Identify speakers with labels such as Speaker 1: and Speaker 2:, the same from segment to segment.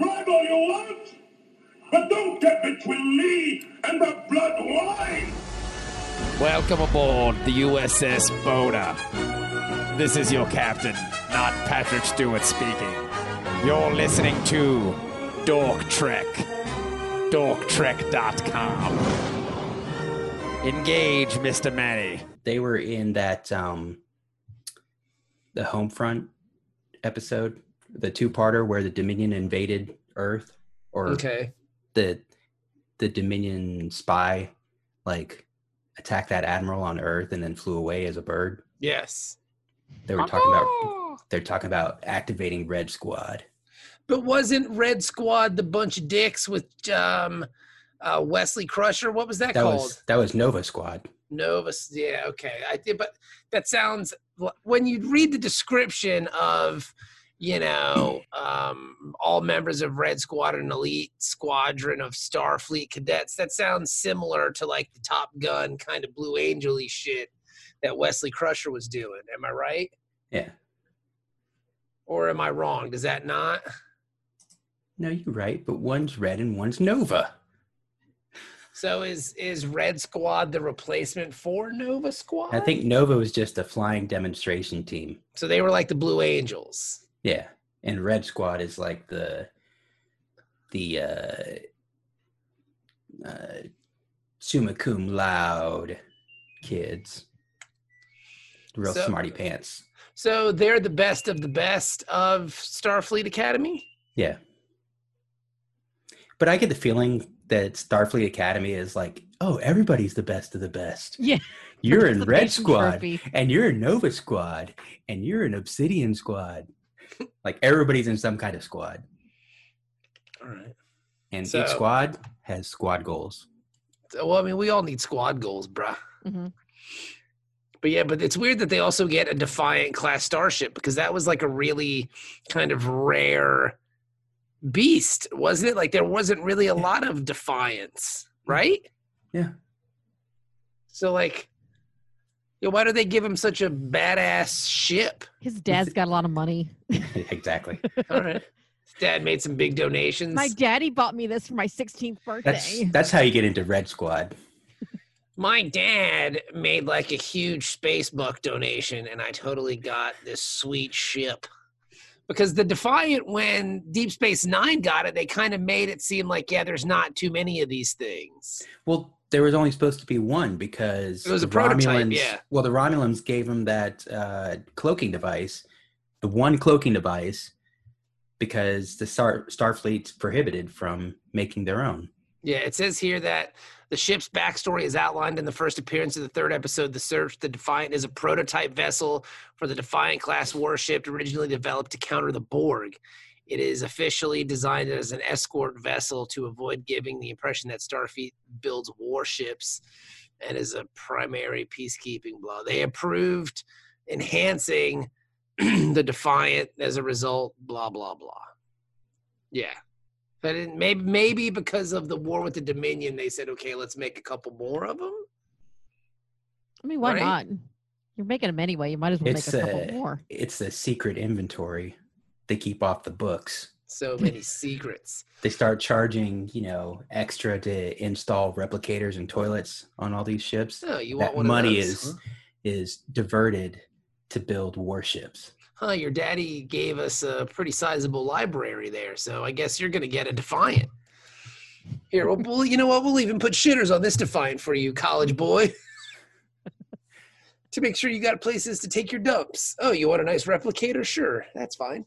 Speaker 1: all you want, but don't get between me and the blood wine.
Speaker 2: Welcome aboard the USS Boda. This is your captain, not Patrick Stewart speaking. You're listening to Dork Trek. DorkTrek.com. Engage, Mr. Manny.
Speaker 3: They were in that um the Homefront episode, the two-parter where the Dominion invaded Earth or
Speaker 4: Okay.
Speaker 3: the the Dominion spy like attacked that admiral on Earth and then flew away as a bird.
Speaker 4: Yes.
Speaker 3: They were talking about
Speaker 4: Oh!
Speaker 3: they're talking about activating Red Squad.
Speaker 4: But wasn't Red Squad the bunch of dicks with um, uh, Wesley Crusher? What was that,
Speaker 3: That
Speaker 4: called?
Speaker 3: was that was Nova Squad.
Speaker 4: Nova. Yeah, okay. I did, but that sounds when you read the description of, you know, um, all members of Red Squadron, elite squadron of Starfleet cadets. That sounds similar to like the Top Gun kind of Blue Angel-y shit that Wesley Crusher was doing. Am I right?
Speaker 3: Yeah.
Speaker 4: Or am I wrong? Does that not?
Speaker 3: No, you're right, but one's red and one's Nova.
Speaker 4: So is is Red Squad the replacement for Nova Squad?
Speaker 3: I think Nova was just a flying demonstration team.
Speaker 4: so. They were like the Blue Angels.
Speaker 3: Yeah. And Red Squad is like the the uh uh summa cum laude kids. Real
Speaker 4: So-
Speaker 3: smarty pants.
Speaker 4: So they're the best of the best of Starfleet Academy.
Speaker 3: Yeah. But I get the feeling that Starfleet Academy is like, oh, everybody's the best of the best.
Speaker 5: Yeah.
Speaker 3: You're in Red
Speaker 5: Participation
Speaker 3: Squad
Speaker 5: trophy.
Speaker 3: and you're in Nova Squad and you're in Obsidian Squad. like everybody's in some kind of squad.
Speaker 4: All right.
Speaker 3: And
Speaker 4: So-
Speaker 3: each squad has squad goals.
Speaker 4: well, I mean, we all need squad goals, bruh.
Speaker 5: Mhm.
Speaker 4: But yeah, but it's weird that they also get a Defiant class starship because that was like a really kind of rare beast, wasn't it? Like there wasn't really a lot of Defiance, right?
Speaker 3: Yeah.
Speaker 4: So like, you know, why do they give him such a badass ship?
Speaker 5: His dad's got a lot of money.
Speaker 3: exactly.
Speaker 4: All right. Dad made some big donations.
Speaker 5: My daddy bought me this for my 16th birthday.
Speaker 3: That's that's how you get into Red Squad.
Speaker 4: my dad made like a huge space buck donation and i totally got this sweet ship because the defiant when deep space nine got it they kind of made it seem like yeah there's not too many of these things
Speaker 3: Well, there was only supposed to be one because
Speaker 4: It was a
Speaker 3: the
Speaker 4: prototype,
Speaker 3: Romulans-
Speaker 4: yeah.
Speaker 3: Well, the Romulans gave him that uh, cloaking device, the one cloaking device, because the Star Starfleet's prohibited from making their own.
Speaker 4: yeah it says here that the ship's backstory is outlined in the first appearance of the third episode the search the defiant is a prototype vessel for the defiant class warship originally developed to counter the borg It is officially designed as an escort vessel to avoid giving the impression that Starfleet builds warships and is a primary peacekeeping blow. They approved enhancing the Defiant as a result, blah, blah, blah. Yeah. But it, maybe, maybe because of the war with the Dominion, they said, okay, let's make a couple more of them.
Speaker 5: I mean, why
Speaker 4: Right?
Speaker 5: not? You're making them anyway. You might as well
Speaker 3: It's,
Speaker 5: make a couple
Speaker 3: uh,
Speaker 5: more.
Speaker 3: It's the secret inventory they keep off the books.
Speaker 4: So many secrets.
Speaker 3: They start charging, you know, extra to install replicators and toilets on all these ships.
Speaker 4: So Oh, you want
Speaker 3: That
Speaker 4: one
Speaker 3: money
Speaker 4: of those,
Speaker 3: is is diverted to build warships.
Speaker 4: huh, your daddy gave us a pretty sizable library there, so I guess you're gonna get a Defiant. Here, well, we'll you know what? We'll even put shitters on this Defiant for you, college boy, to make sure you got places to take your dumps. Oh, you want a nice replicator? Sure, that's fine.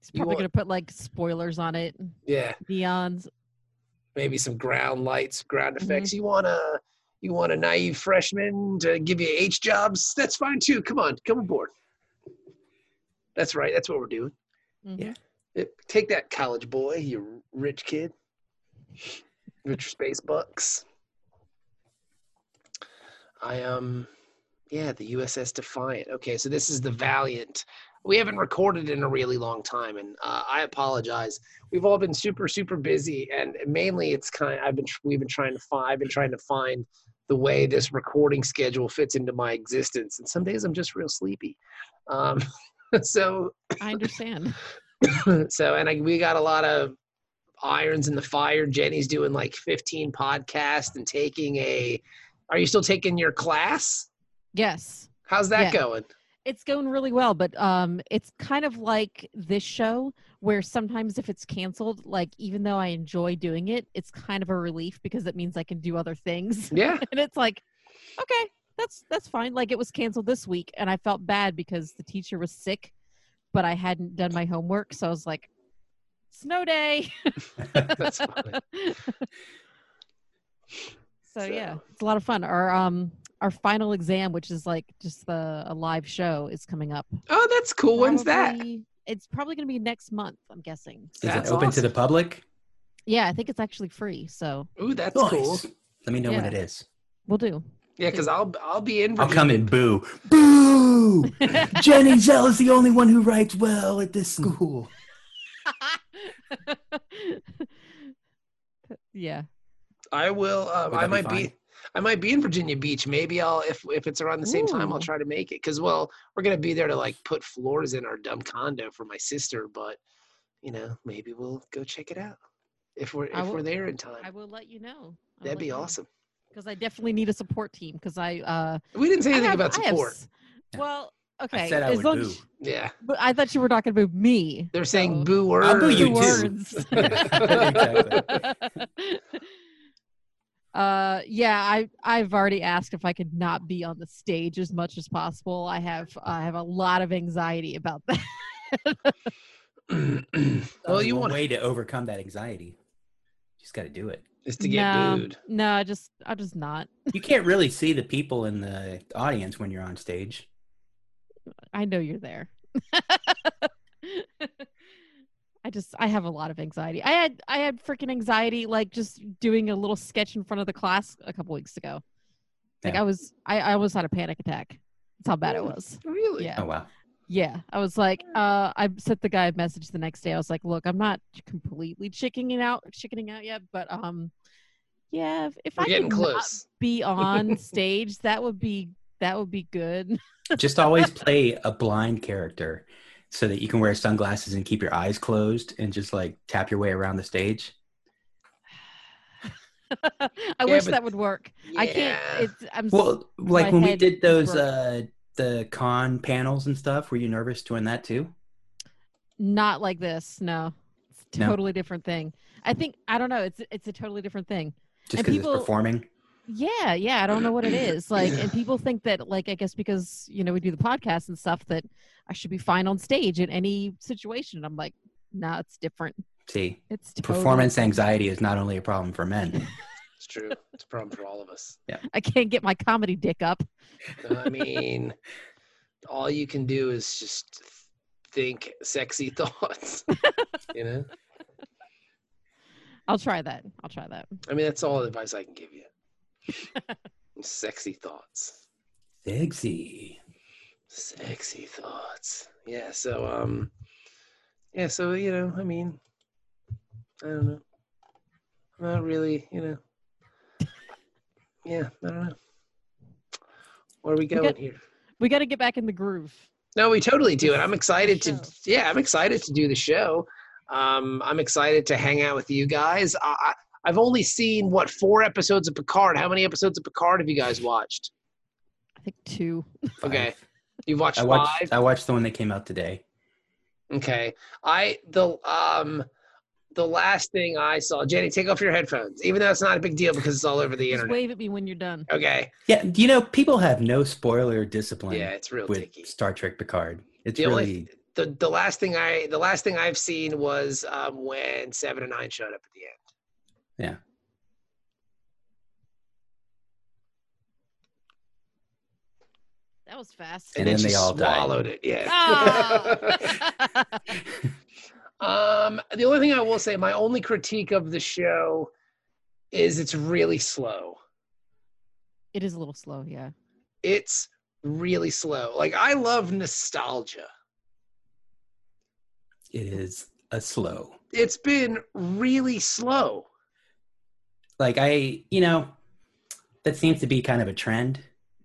Speaker 5: He's
Speaker 4: you
Speaker 5: probably
Speaker 4: want-
Speaker 5: going to put like spoilers on it,
Speaker 4: Yeah,
Speaker 5: neons.
Speaker 4: maybe some ground lights, ground effects. You want a you want a naive freshman to give you H jobs? That's fine too. Come on, come aboard. That's right. That's what we're doing.
Speaker 5: Mhm.
Speaker 3: Yeah.
Speaker 4: Yep, Take that, college boy, you rich kid. Rich space bucks. I um yeah, the USS Defiant. Okay, so this is the Valiant. We haven't recorded in a really long time, and uh, I apologize. We've all been super, super busy, and mainly it's kind. I've been we've been trying to find. I've been trying to find the way this recording schedule fits into my existence, and some days I'm just real sleepy. Um, so
Speaker 5: I understand.
Speaker 4: so and I, we got a lot of irons in the fire. Jenny's doing like 15 podcasts and taking a. Are you still taking your class?
Speaker 5: Yes.
Speaker 4: How's that
Speaker 5: Yeah.
Speaker 4: going?
Speaker 5: It's going really well, but um it's kind of like this show where sometimes if it's canceled, like even though I enjoy doing it, it's kind of a relief because it means I can do other things.
Speaker 4: Yeah.
Speaker 5: and it's like, okay, that's that's fine. Like it was canceled this week and I felt bad because the teacher was sick, but I hadn't done my homework, so I was like, snow day.
Speaker 4: That's funny.
Speaker 5: so,
Speaker 4: So-
Speaker 5: yeah, it's a lot of fun. Our um our final exam, which is like just the a live show, is coming up.
Speaker 4: Oh, that's cool. When's that?
Speaker 5: Probably- It's probably going to be next month, I'm guessing.
Speaker 3: Is
Speaker 4: That's
Speaker 3: it open to
Speaker 4: awesome.
Speaker 3: the public?
Speaker 5: Yeah, I think it's actually free, so
Speaker 4: Ooh, that's cool.
Speaker 3: Nice. Let me know when
Speaker 5: Yeah.
Speaker 3: it is.
Speaker 5: we'll do.
Speaker 4: Yeah, because I'll I'll be in.
Speaker 3: I'll
Speaker 4: Virginia.
Speaker 3: come and boo. Boo! Jenny Zell is the only one who writes well at this school.
Speaker 5: yeah.
Speaker 4: I will. Uh,
Speaker 3: Would
Speaker 4: I
Speaker 3: that be
Speaker 4: might be.
Speaker 3: fine?
Speaker 4: I might be in Virginia Beach. Maybe I'll if if it's around the same time, I'll
Speaker 5: Ooh.
Speaker 4: try to make it. Cause well, we're gonna be there to like put floors in our dumb condo for my sister. But you know, maybe we'll go check it out if we're
Speaker 5: I
Speaker 4: if
Speaker 5: will-
Speaker 4: we're there in
Speaker 5: I
Speaker 4: time.
Speaker 5: will let you know.
Speaker 4: That'd be awesome.
Speaker 5: Because I definitely need a support team because I uh
Speaker 4: We didn't say
Speaker 5: I
Speaker 4: anything
Speaker 5: have-
Speaker 4: about
Speaker 5: I have
Speaker 4: support.
Speaker 5: s- well, okay.
Speaker 3: I said I
Speaker 5: as
Speaker 3: would
Speaker 5: long
Speaker 3: boo.
Speaker 5: as-
Speaker 4: Yeah,
Speaker 5: but I thought you were not going to move me.
Speaker 4: they're saying
Speaker 5: so-
Speaker 4: boo words.
Speaker 3: I'll boo you too.
Speaker 5: Two words. uh yeah i i've already asked if i could not be on the stage as much as possible i have i have a lot of anxiety about that
Speaker 4: well, you
Speaker 3: Only one
Speaker 4: want
Speaker 3: way to overcome that anxiety. You just got to do it.
Speaker 4: is to get
Speaker 5: no,
Speaker 4: booed.
Speaker 5: no I just i'm just not
Speaker 3: You can't really see the people in the audience when you're on stage.
Speaker 5: i know you're there i just i have a lot of anxiety i had i had freaking anxiety like just doing a little sketch in front of the class a couple weeks ago like
Speaker 3: Yeah.
Speaker 5: i was I, I almost had a panic attack that's how bad it
Speaker 4: Really?
Speaker 5: was
Speaker 4: Really?
Speaker 5: yeah
Speaker 3: Oh wow.
Speaker 5: Yeah, I was like, uh, I sent the guy a message the next day. I was like, look, I'm not completely chickening it out, chickening out yet, but um, yeah, if, if
Speaker 4: We're
Speaker 5: I
Speaker 4: getting
Speaker 5: could not
Speaker 4: close.
Speaker 5: be on stage, that would be that would be good.
Speaker 3: Just always play a blind character so that you can wear sunglasses and keep your eyes closed and just like tap your way around the stage.
Speaker 5: I
Speaker 4: Yeah,
Speaker 5: wish
Speaker 4: but-
Speaker 5: that would work. I can't.
Speaker 4: Yeah.
Speaker 5: It's I'm. s-
Speaker 3: Well, like
Speaker 5: My
Speaker 3: when we
Speaker 5: head
Speaker 3: did those
Speaker 5: broke.
Speaker 3: uh the con panels and stuff, were you nervous doing that too?
Speaker 5: not like this. No, it's a
Speaker 3: No.
Speaker 5: totally different thing. I think I don't know. It's it's a totally different thing.
Speaker 3: Just
Speaker 5: And
Speaker 3: because
Speaker 5: people-
Speaker 3: it's performing.
Speaker 5: Yeah, yeah. I don't know what it is. Like, and people think that, like, I guess because you know we do the podcast and stuff, that I should be fine on stage in any situation. And I'm like, nah, it's different.
Speaker 3: See,
Speaker 5: It's totally
Speaker 3: performance
Speaker 5: different.
Speaker 3: anxiety is not only a problem for men.
Speaker 4: It's true. It's a problem for all of us.
Speaker 5: I can't get my comedy dick up.
Speaker 4: I mean, all you can do is just think sexy thoughts. you know,
Speaker 5: I'll try that. I'll try that.
Speaker 4: I mean, that's all the advice I can give you. sexy thoughts,
Speaker 3: Sexy.
Speaker 4: sexy thoughts. Yeah. So, um, yeah. So you know, I mean, I don't know. I'm not really, you know. Yeah, I don't know. Where are we going
Speaker 5: got-
Speaker 4: here?
Speaker 5: We got to get back in the groove.
Speaker 4: No, we totally do, and I'm excited to.
Speaker 5: show.
Speaker 4: Yeah, I'm excited to do the show. Um, I'm excited to hang out with you guys. I, I, I've only seen what four episodes of Picard. How many episodes of Picard have you guys watched?
Speaker 5: I think two.
Speaker 4: Okay,
Speaker 3: Five.
Speaker 4: you've watched,
Speaker 3: I watched
Speaker 4: five.
Speaker 3: I watched the one that came out today.
Speaker 4: Okay, I the um the last thing I saw. Jenny, take off your headphones, even though it's not a big deal because it's all over the
Speaker 5: Just
Speaker 4: internet.
Speaker 5: wave at me when you're done.
Speaker 4: Okay,
Speaker 3: Yeah, you know, people have no spoiler discipline
Speaker 4: yeah, it's real
Speaker 3: with
Speaker 4: dicky.
Speaker 3: Star Trek Picard. It's
Speaker 4: The only-
Speaker 3: really
Speaker 4: The the last thing I the last thing I've seen was um, when seven and nine showed up at the end.
Speaker 5: That was fast.
Speaker 3: And then
Speaker 4: she
Speaker 3: they all died.
Speaker 4: swallowed it. Yeah.
Speaker 5: Ah!
Speaker 4: um, the only thing I will say, my only critique of the show is it's really slow.
Speaker 5: it is a little slow. Yeah.
Speaker 4: It's really slow. Like I love nostalgia.
Speaker 3: it is a slow.
Speaker 4: It's been really slow.
Speaker 3: Like I, you know, that seems to be kind of a trend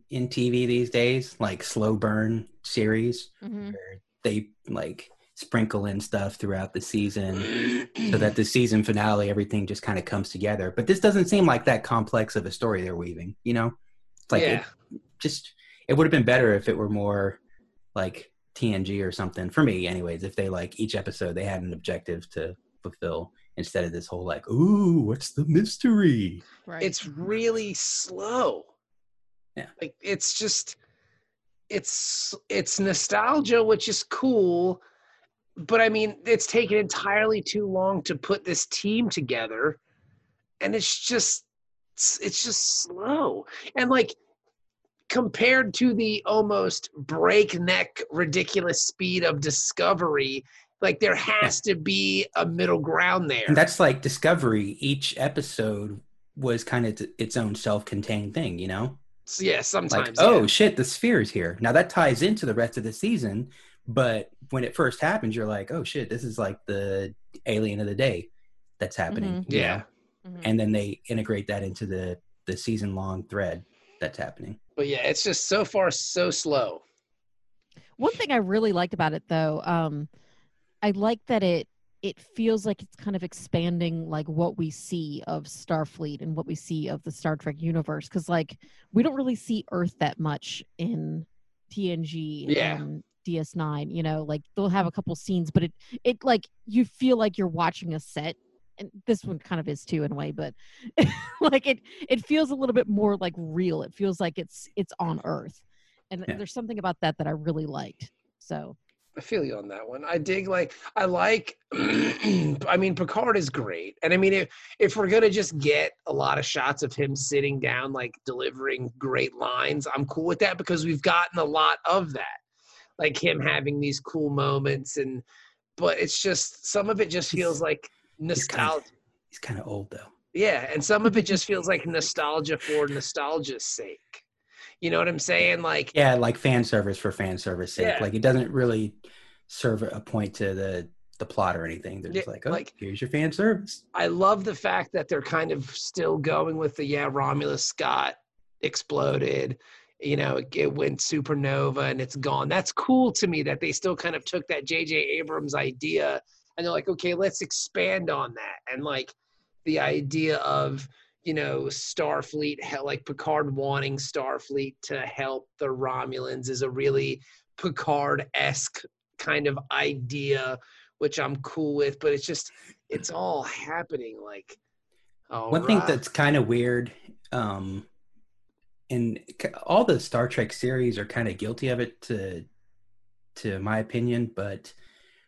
Speaker 3: in TV these days, like slow burn series
Speaker 5: Mhm.
Speaker 3: where they like sprinkle in stuff throughout the season so that the season finale everything just kind of comes together but this doesn't seem like that complex of a story they're weaving you know it's like
Speaker 4: yeah.
Speaker 3: it just it would have been better if it were more like tng or something for me anyways if they like each episode they had an objective to fulfill instead of this whole like ooh what's the mystery
Speaker 5: Right.
Speaker 4: it's really slow.
Speaker 3: Yeah.
Speaker 4: Like it's just it's it's nostalgia, which is cool, but I mean it's taken entirely too long to put this team together. And it's just it's it's just slow. And like compared to the almost breakneck ridiculous speed of discovery, like there has to be a middle ground there.
Speaker 3: And that's like Discovery. Each episode was kind of t- its own self-contained thing, you know?
Speaker 4: yeah,
Speaker 3: Like,
Speaker 4: sometimes.
Speaker 3: oh
Speaker 4: yeah.
Speaker 3: shit, the sphere's here. Now that ties into the rest of the season, but when it first happens, you're like, oh shit, this is like the alien of the day that's happening. you
Speaker 4: Mm-hmm. Yeah.
Speaker 3: know?
Speaker 5: Mhm.
Speaker 3: And
Speaker 4: Mm-hmm.
Speaker 3: then they integrate that into the the season-long thread that's happening.
Speaker 4: But yeah, it's just so far so slow.
Speaker 5: One thing I really liked about it though, um, I like that it it feels like it's kind of expanding like what we see of Starfleet and what we see of the Star Trek universe cuz like we don't really see Earth that much in TNG
Speaker 4: Yeah.
Speaker 5: and DS9, you know, like they'll have a couple scenes but it it like you feel like you're watching a set and this one kind of is too in a way but like it it feels a little bit more like real. It feels like it's it's on Earth and
Speaker 3: Yeah.
Speaker 5: there's something about that that I really liked. So
Speaker 4: I feel you on that one. I dig like I like I mean Picard is great. And I mean if if we're gonna just get a lot of shots of him sitting down like delivering great lines, I'm cool with that because we've gotten a lot of that. Like him having these cool moments and but it's just some of it just feels like
Speaker 3: He's kind
Speaker 4: nostalgia.
Speaker 3: of, he's kind of old though.
Speaker 4: Yeah, and some of it just feels like nostalgia for nostalgia's sake. You know what I'm saying? Like
Speaker 3: Yeah, like fan service for fan service sake.
Speaker 4: Yeah.
Speaker 3: Like it doesn't really serve a point to the the plot or anything. They're just
Speaker 4: Yeah,
Speaker 3: like, oh,
Speaker 4: like-
Speaker 3: here's your fan service.
Speaker 4: I love the fact that they're kind of still going with the yeah Romulus Scott exploded, you know, it, it went supernova and it's gone. That's cool to me that they still kind of took that J.J. Abrams idea and they're like, okay, let's expand on that and like the idea of you know Starfleet, he- like Picard wanting Starfleet to help the Romulans is a really Picard esque kind of idea, which I'm cool with, but it's just it's all happening like all
Speaker 3: One thing
Speaker 4: right.
Speaker 3: that's kind of weird, um, and c- all the Star Trek series are kind of guilty of it, to to my opinion. But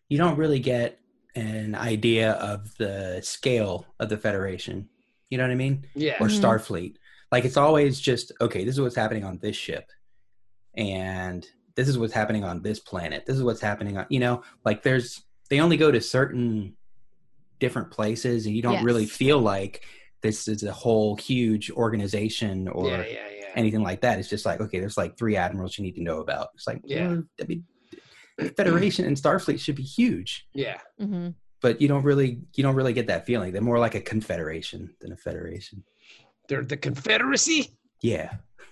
Speaker 3: you don't really get an idea of the scale of the Federation. You know what I mean?
Speaker 4: yeah
Speaker 3: Or
Speaker 5: Mhm.
Speaker 3: Starfleet. Like it's always just okay. This is what's happening on this ship, and this is what's happening on this planet. This is what's happening on. You know, like there's they only go to certain different places, and you don't really
Speaker 5: Yes.
Speaker 3: feel like this is a whole huge organization or
Speaker 4: yeah yeah yeah
Speaker 3: anything like that. It's just like okay, there's like three admirals you need to know about. It's like
Speaker 4: Yeah.
Speaker 3: well, I mean, the Federation and Starfleet should be huge,
Speaker 4: yeah
Speaker 5: mhm.
Speaker 3: but you don't really you don't really get that feeling. They're more like a confederation than a federation.
Speaker 4: they're the confederacy
Speaker 3: Yeah.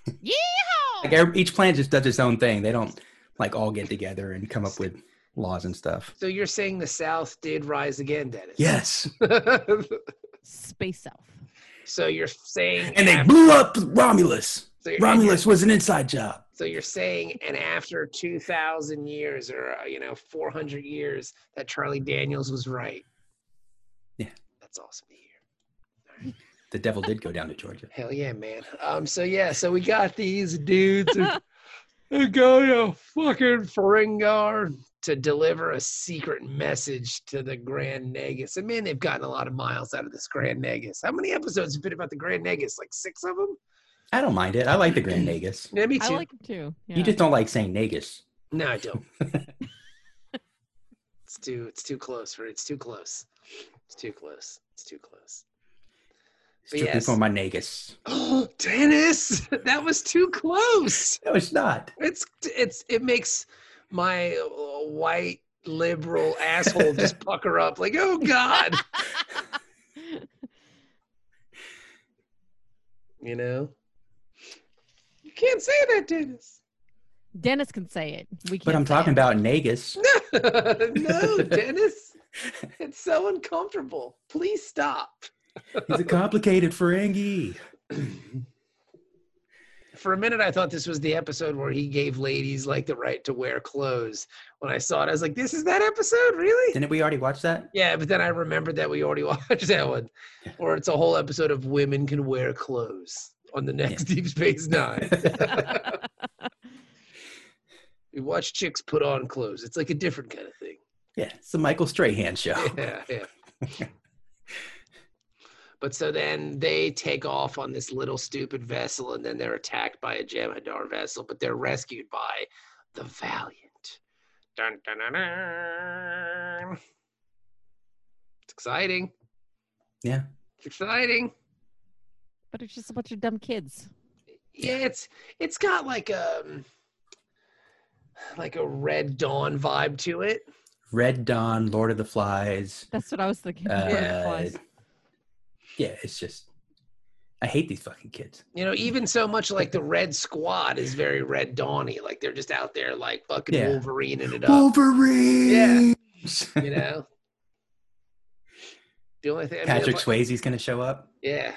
Speaker 5: Ah,
Speaker 3: Like every- each planet just does its own thing. They don't like all get together and come up with laws and stuff.
Speaker 4: so you're saying the south did rise again dennis
Speaker 3: Yes.
Speaker 5: Space South.
Speaker 4: so you're saying
Speaker 3: And they
Speaker 4: af-
Speaker 3: blew up Romulus.
Speaker 4: so you're,
Speaker 3: Romulus was an inside job.
Speaker 4: so you're saying and after 2000 years or uh, you know 400 years that charlie daniels was right
Speaker 3: Yeah.
Speaker 4: that's awesome to hear
Speaker 3: The devil did go down to Georgia.
Speaker 4: Hell yeah, man. Um, so yeah, so we got these dudes who, who go to fucking Ferengar to deliver a secret message to the Grand Negus. And man, they've gotten a lot of miles out of this Grand Negus. How many episodes have been about the Grand Negus? Like six of them?
Speaker 3: I don't mind it. I like the Grand Nagus.
Speaker 4: Yeah, me
Speaker 5: I
Speaker 4: too.
Speaker 5: like him too. Yeah.
Speaker 3: You just don't like saying Nagus.
Speaker 4: no, I don't. it's too it's too close for it's too close. It's too close. It's too close.
Speaker 3: Strictly
Speaker 4: Yes.
Speaker 3: for my Nagus.
Speaker 4: Oh, Dennis, that was too close.
Speaker 3: No, it's not.
Speaker 4: It's it's it makes my uh, white liberal asshole just pucker up like oh god, you know. You can't say that, Dennis.
Speaker 5: Dennis can say it. We
Speaker 3: But
Speaker 5: can't
Speaker 3: I'm
Speaker 5: say
Speaker 3: talking
Speaker 5: it.
Speaker 3: about Nagus.
Speaker 4: no, Dennis, it's so uncomfortable. Please stop.
Speaker 3: He's a complicated Ferengi.
Speaker 4: For a minute, I thought this was the episode where he gave ladies like the right to wear clothes. When I saw it, I was like, "This is that episode, really?"
Speaker 3: Didn't we already watch that?
Speaker 4: Yeah, but then I remembered that we already watched that one. Or it's a whole episode of women can wear clothes on the next Deep Space Nine. we watch chicks put on clothes. It's like a different kind of thing.
Speaker 3: Yeah, it's the Michael Strahan show.
Speaker 4: Yeah, yeah. but so then they take off on this little stupid vessel, and then they're attacked by a Jamhadar vessel, but they're rescued by the Valiant. Dun, dun, dun, dun. It's exciting.
Speaker 3: Yeah.
Speaker 4: It's exciting.
Speaker 5: But it's just a bunch of dumb kids.
Speaker 4: Yeah, it's it's got like um like a Red Dawn vibe to it.
Speaker 3: Red Dawn, Lord of the Flies.
Speaker 5: That's what I was thinking.
Speaker 3: Uh,
Speaker 5: Butterflies.
Speaker 3: Yeah, it's just I hate these fucking kids.
Speaker 4: You know, even so much like the Red Squad is very Red Dawny. Like they're just out there like fucking
Speaker 3: Yeah.
Speaker 4: Wolverine and it up.
Speaker 3: Wolverine. Yeah.
Speaker 4: You know. the only thing I mean,
Speaker 3: Patrick
Speaker 4: what-
Speaker 3: Swayze's gonna show up.
Speaker 4: yeah.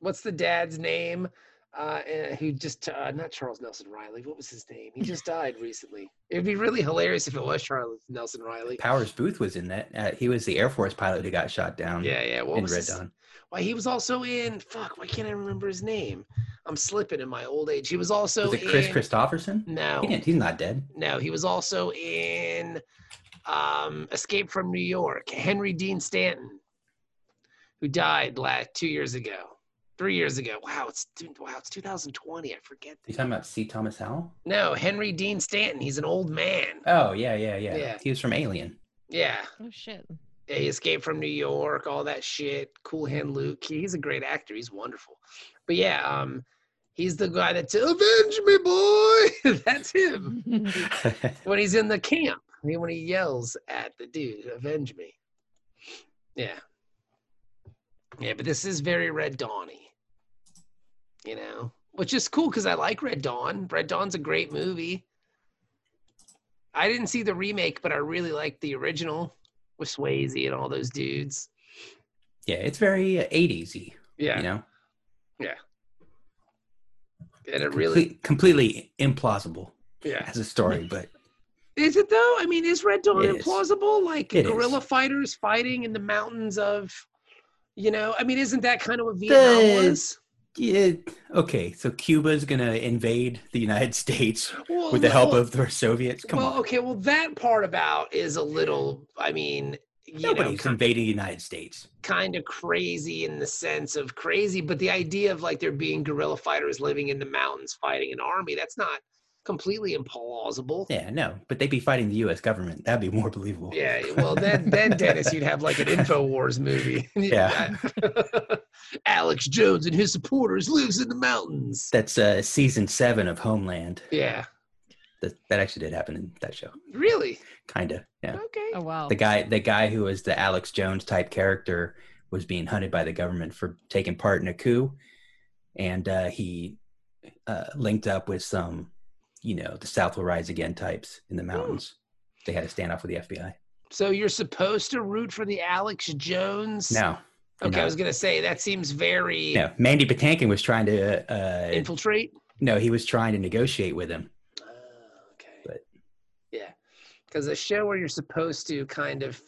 Speaker 4: What's the dad's name? Uh, eh, who just uh, not Charles Nelson Riley? What was his name? He just died recently. It'd be really hilarious if it was Charles Nelson Riley.
Speaker 3: Powers Booth was in that. Uh, he was the Air Force pilot who got shot down
Speaker 4: Yeah, yeah. What
Speaker 3: in
Speaker 4: was
Speaker 3: Red
Speaker 4: his-
Speaker 3: Dawn.
Speaker 4: Why he was also in fuck, why can't I remember his name? I'm slipping in my old age. He was also
Speaker 3: Was it Chris
Speaker 4: in
Speaker 3: Christopherson?
Speaker 4: No.
Speaker 3: He didn't, he's not dead.
Speaker 4: No, he was also in um Escape from New York, Henry Dean Stanton, who died last two years ago. Three years ago. Wow, it's dude, wow, it's 2020. I forget.
Speaker 3: You talking about C. Thomas Howell?
Speaker 4: No, Henry Dean Stanton. He's an old man.
Speaker 3: Oh yeah, yeah, yeah.
Speaker 4: Yeah.
Speaker 3: He was from Alien.
Speaker 4: Yeah.
Speaker 5: Oh shit.
Speaker 4: Yeah, he escaped from New York, all that shit. Cool Hand Luke. He- He's a great actor. He's wonderful. But yeah, um, he's the guy that's avenge me, boy. that's him.
Speaker 5: Oh,
Speaker 4: When he's in the camp, I mean, when he yells at the dude, avenge me. Yeah. Yeah, but this is very Red Dawny. You know? Which is cool because I like Red Dawn. Red Dawn's a great movie. I didn't see the remake, but I really liked the original with Swayze and all those dudes.
Speaker 3: yeah, it's very uh, 80s-y,
Speaker 4: Yeah,
Speaker 3: you know?
Speaker 4: and it really,
Speaker 3: Complete- completely implausible
Speaker 4: yeah.
Speaker 3: as a story, but
Speaker 4: Is it though? I mean, is Red Dawn
Speaker 3: It is.
Speaker 4: implausible? Like
Speaker 3: It is.
Speaker 4: guerrilla fighters fighting in the mountains of, you know, I mean, isn't that kind of what Vietnam
Speaker 3: The-
Speaker 4: was?
Speaker 3: yeah, okay, so Cuba's going to invade the United States
Speaker 4: Well,
Speaker 3: with the help
Speaker 4: well-
Speaker 3: of the Soviets? Come
Speaker 4: well,
Speaker 3: on.
Speaker 4: okay, well, that part about is a little. I mean, you know,
Speaker 3: Nobody's invading the United States.
Speaker 4: kind of crazy in the sense of crazy, but the idea of like there being guerrilla fighters living in the mountains fighting an army—that's not completely implausible.
Speaker 3: Yeah, no, but they'd be fighting the U.S. government. That'd be more believable.
Speaker 4: Yeah, well, then, then Dennis, you'd have like an Infowars movie.
Speaker 3: Yeah.
Speaker 4: Alex Jones and his supporters lives in the mountains.
Speaker 3: That's uh, season seven of Homeland.
Speaker 4: Yeah,
Speaker 3: That, that actually did happen in that show,
Speaker 4: really?
Speaker 3: kind of. Yeah.
Speaker 4: Okay.
Speaker 5: Oh wow.
Speaker 3: the guy the guy who was the Alex Jones type character was being hunted by the government for taking part in a coup, and uh, he uh, linked up with some, you know, the South will rise again types in the mountains. They had a standoff with the FBI.
Speaker 4: So you're supposed to root for the Alex Jones?
Speaker 3: No,
Speaker 4: Okay, I
Speaker 3: no.
Speaker 4: was gonna say that seems very
Speaker 3: no, Mandy Patinkin was trying to. Uh,
Speaker 4: infiltrate.
Speaker 3: no, he was trying to negotiate with him.
Speaker 4: Oh, okay.
Speaker 3: But-
Speaker 4: yeah, because a show where you're supposed to kind of,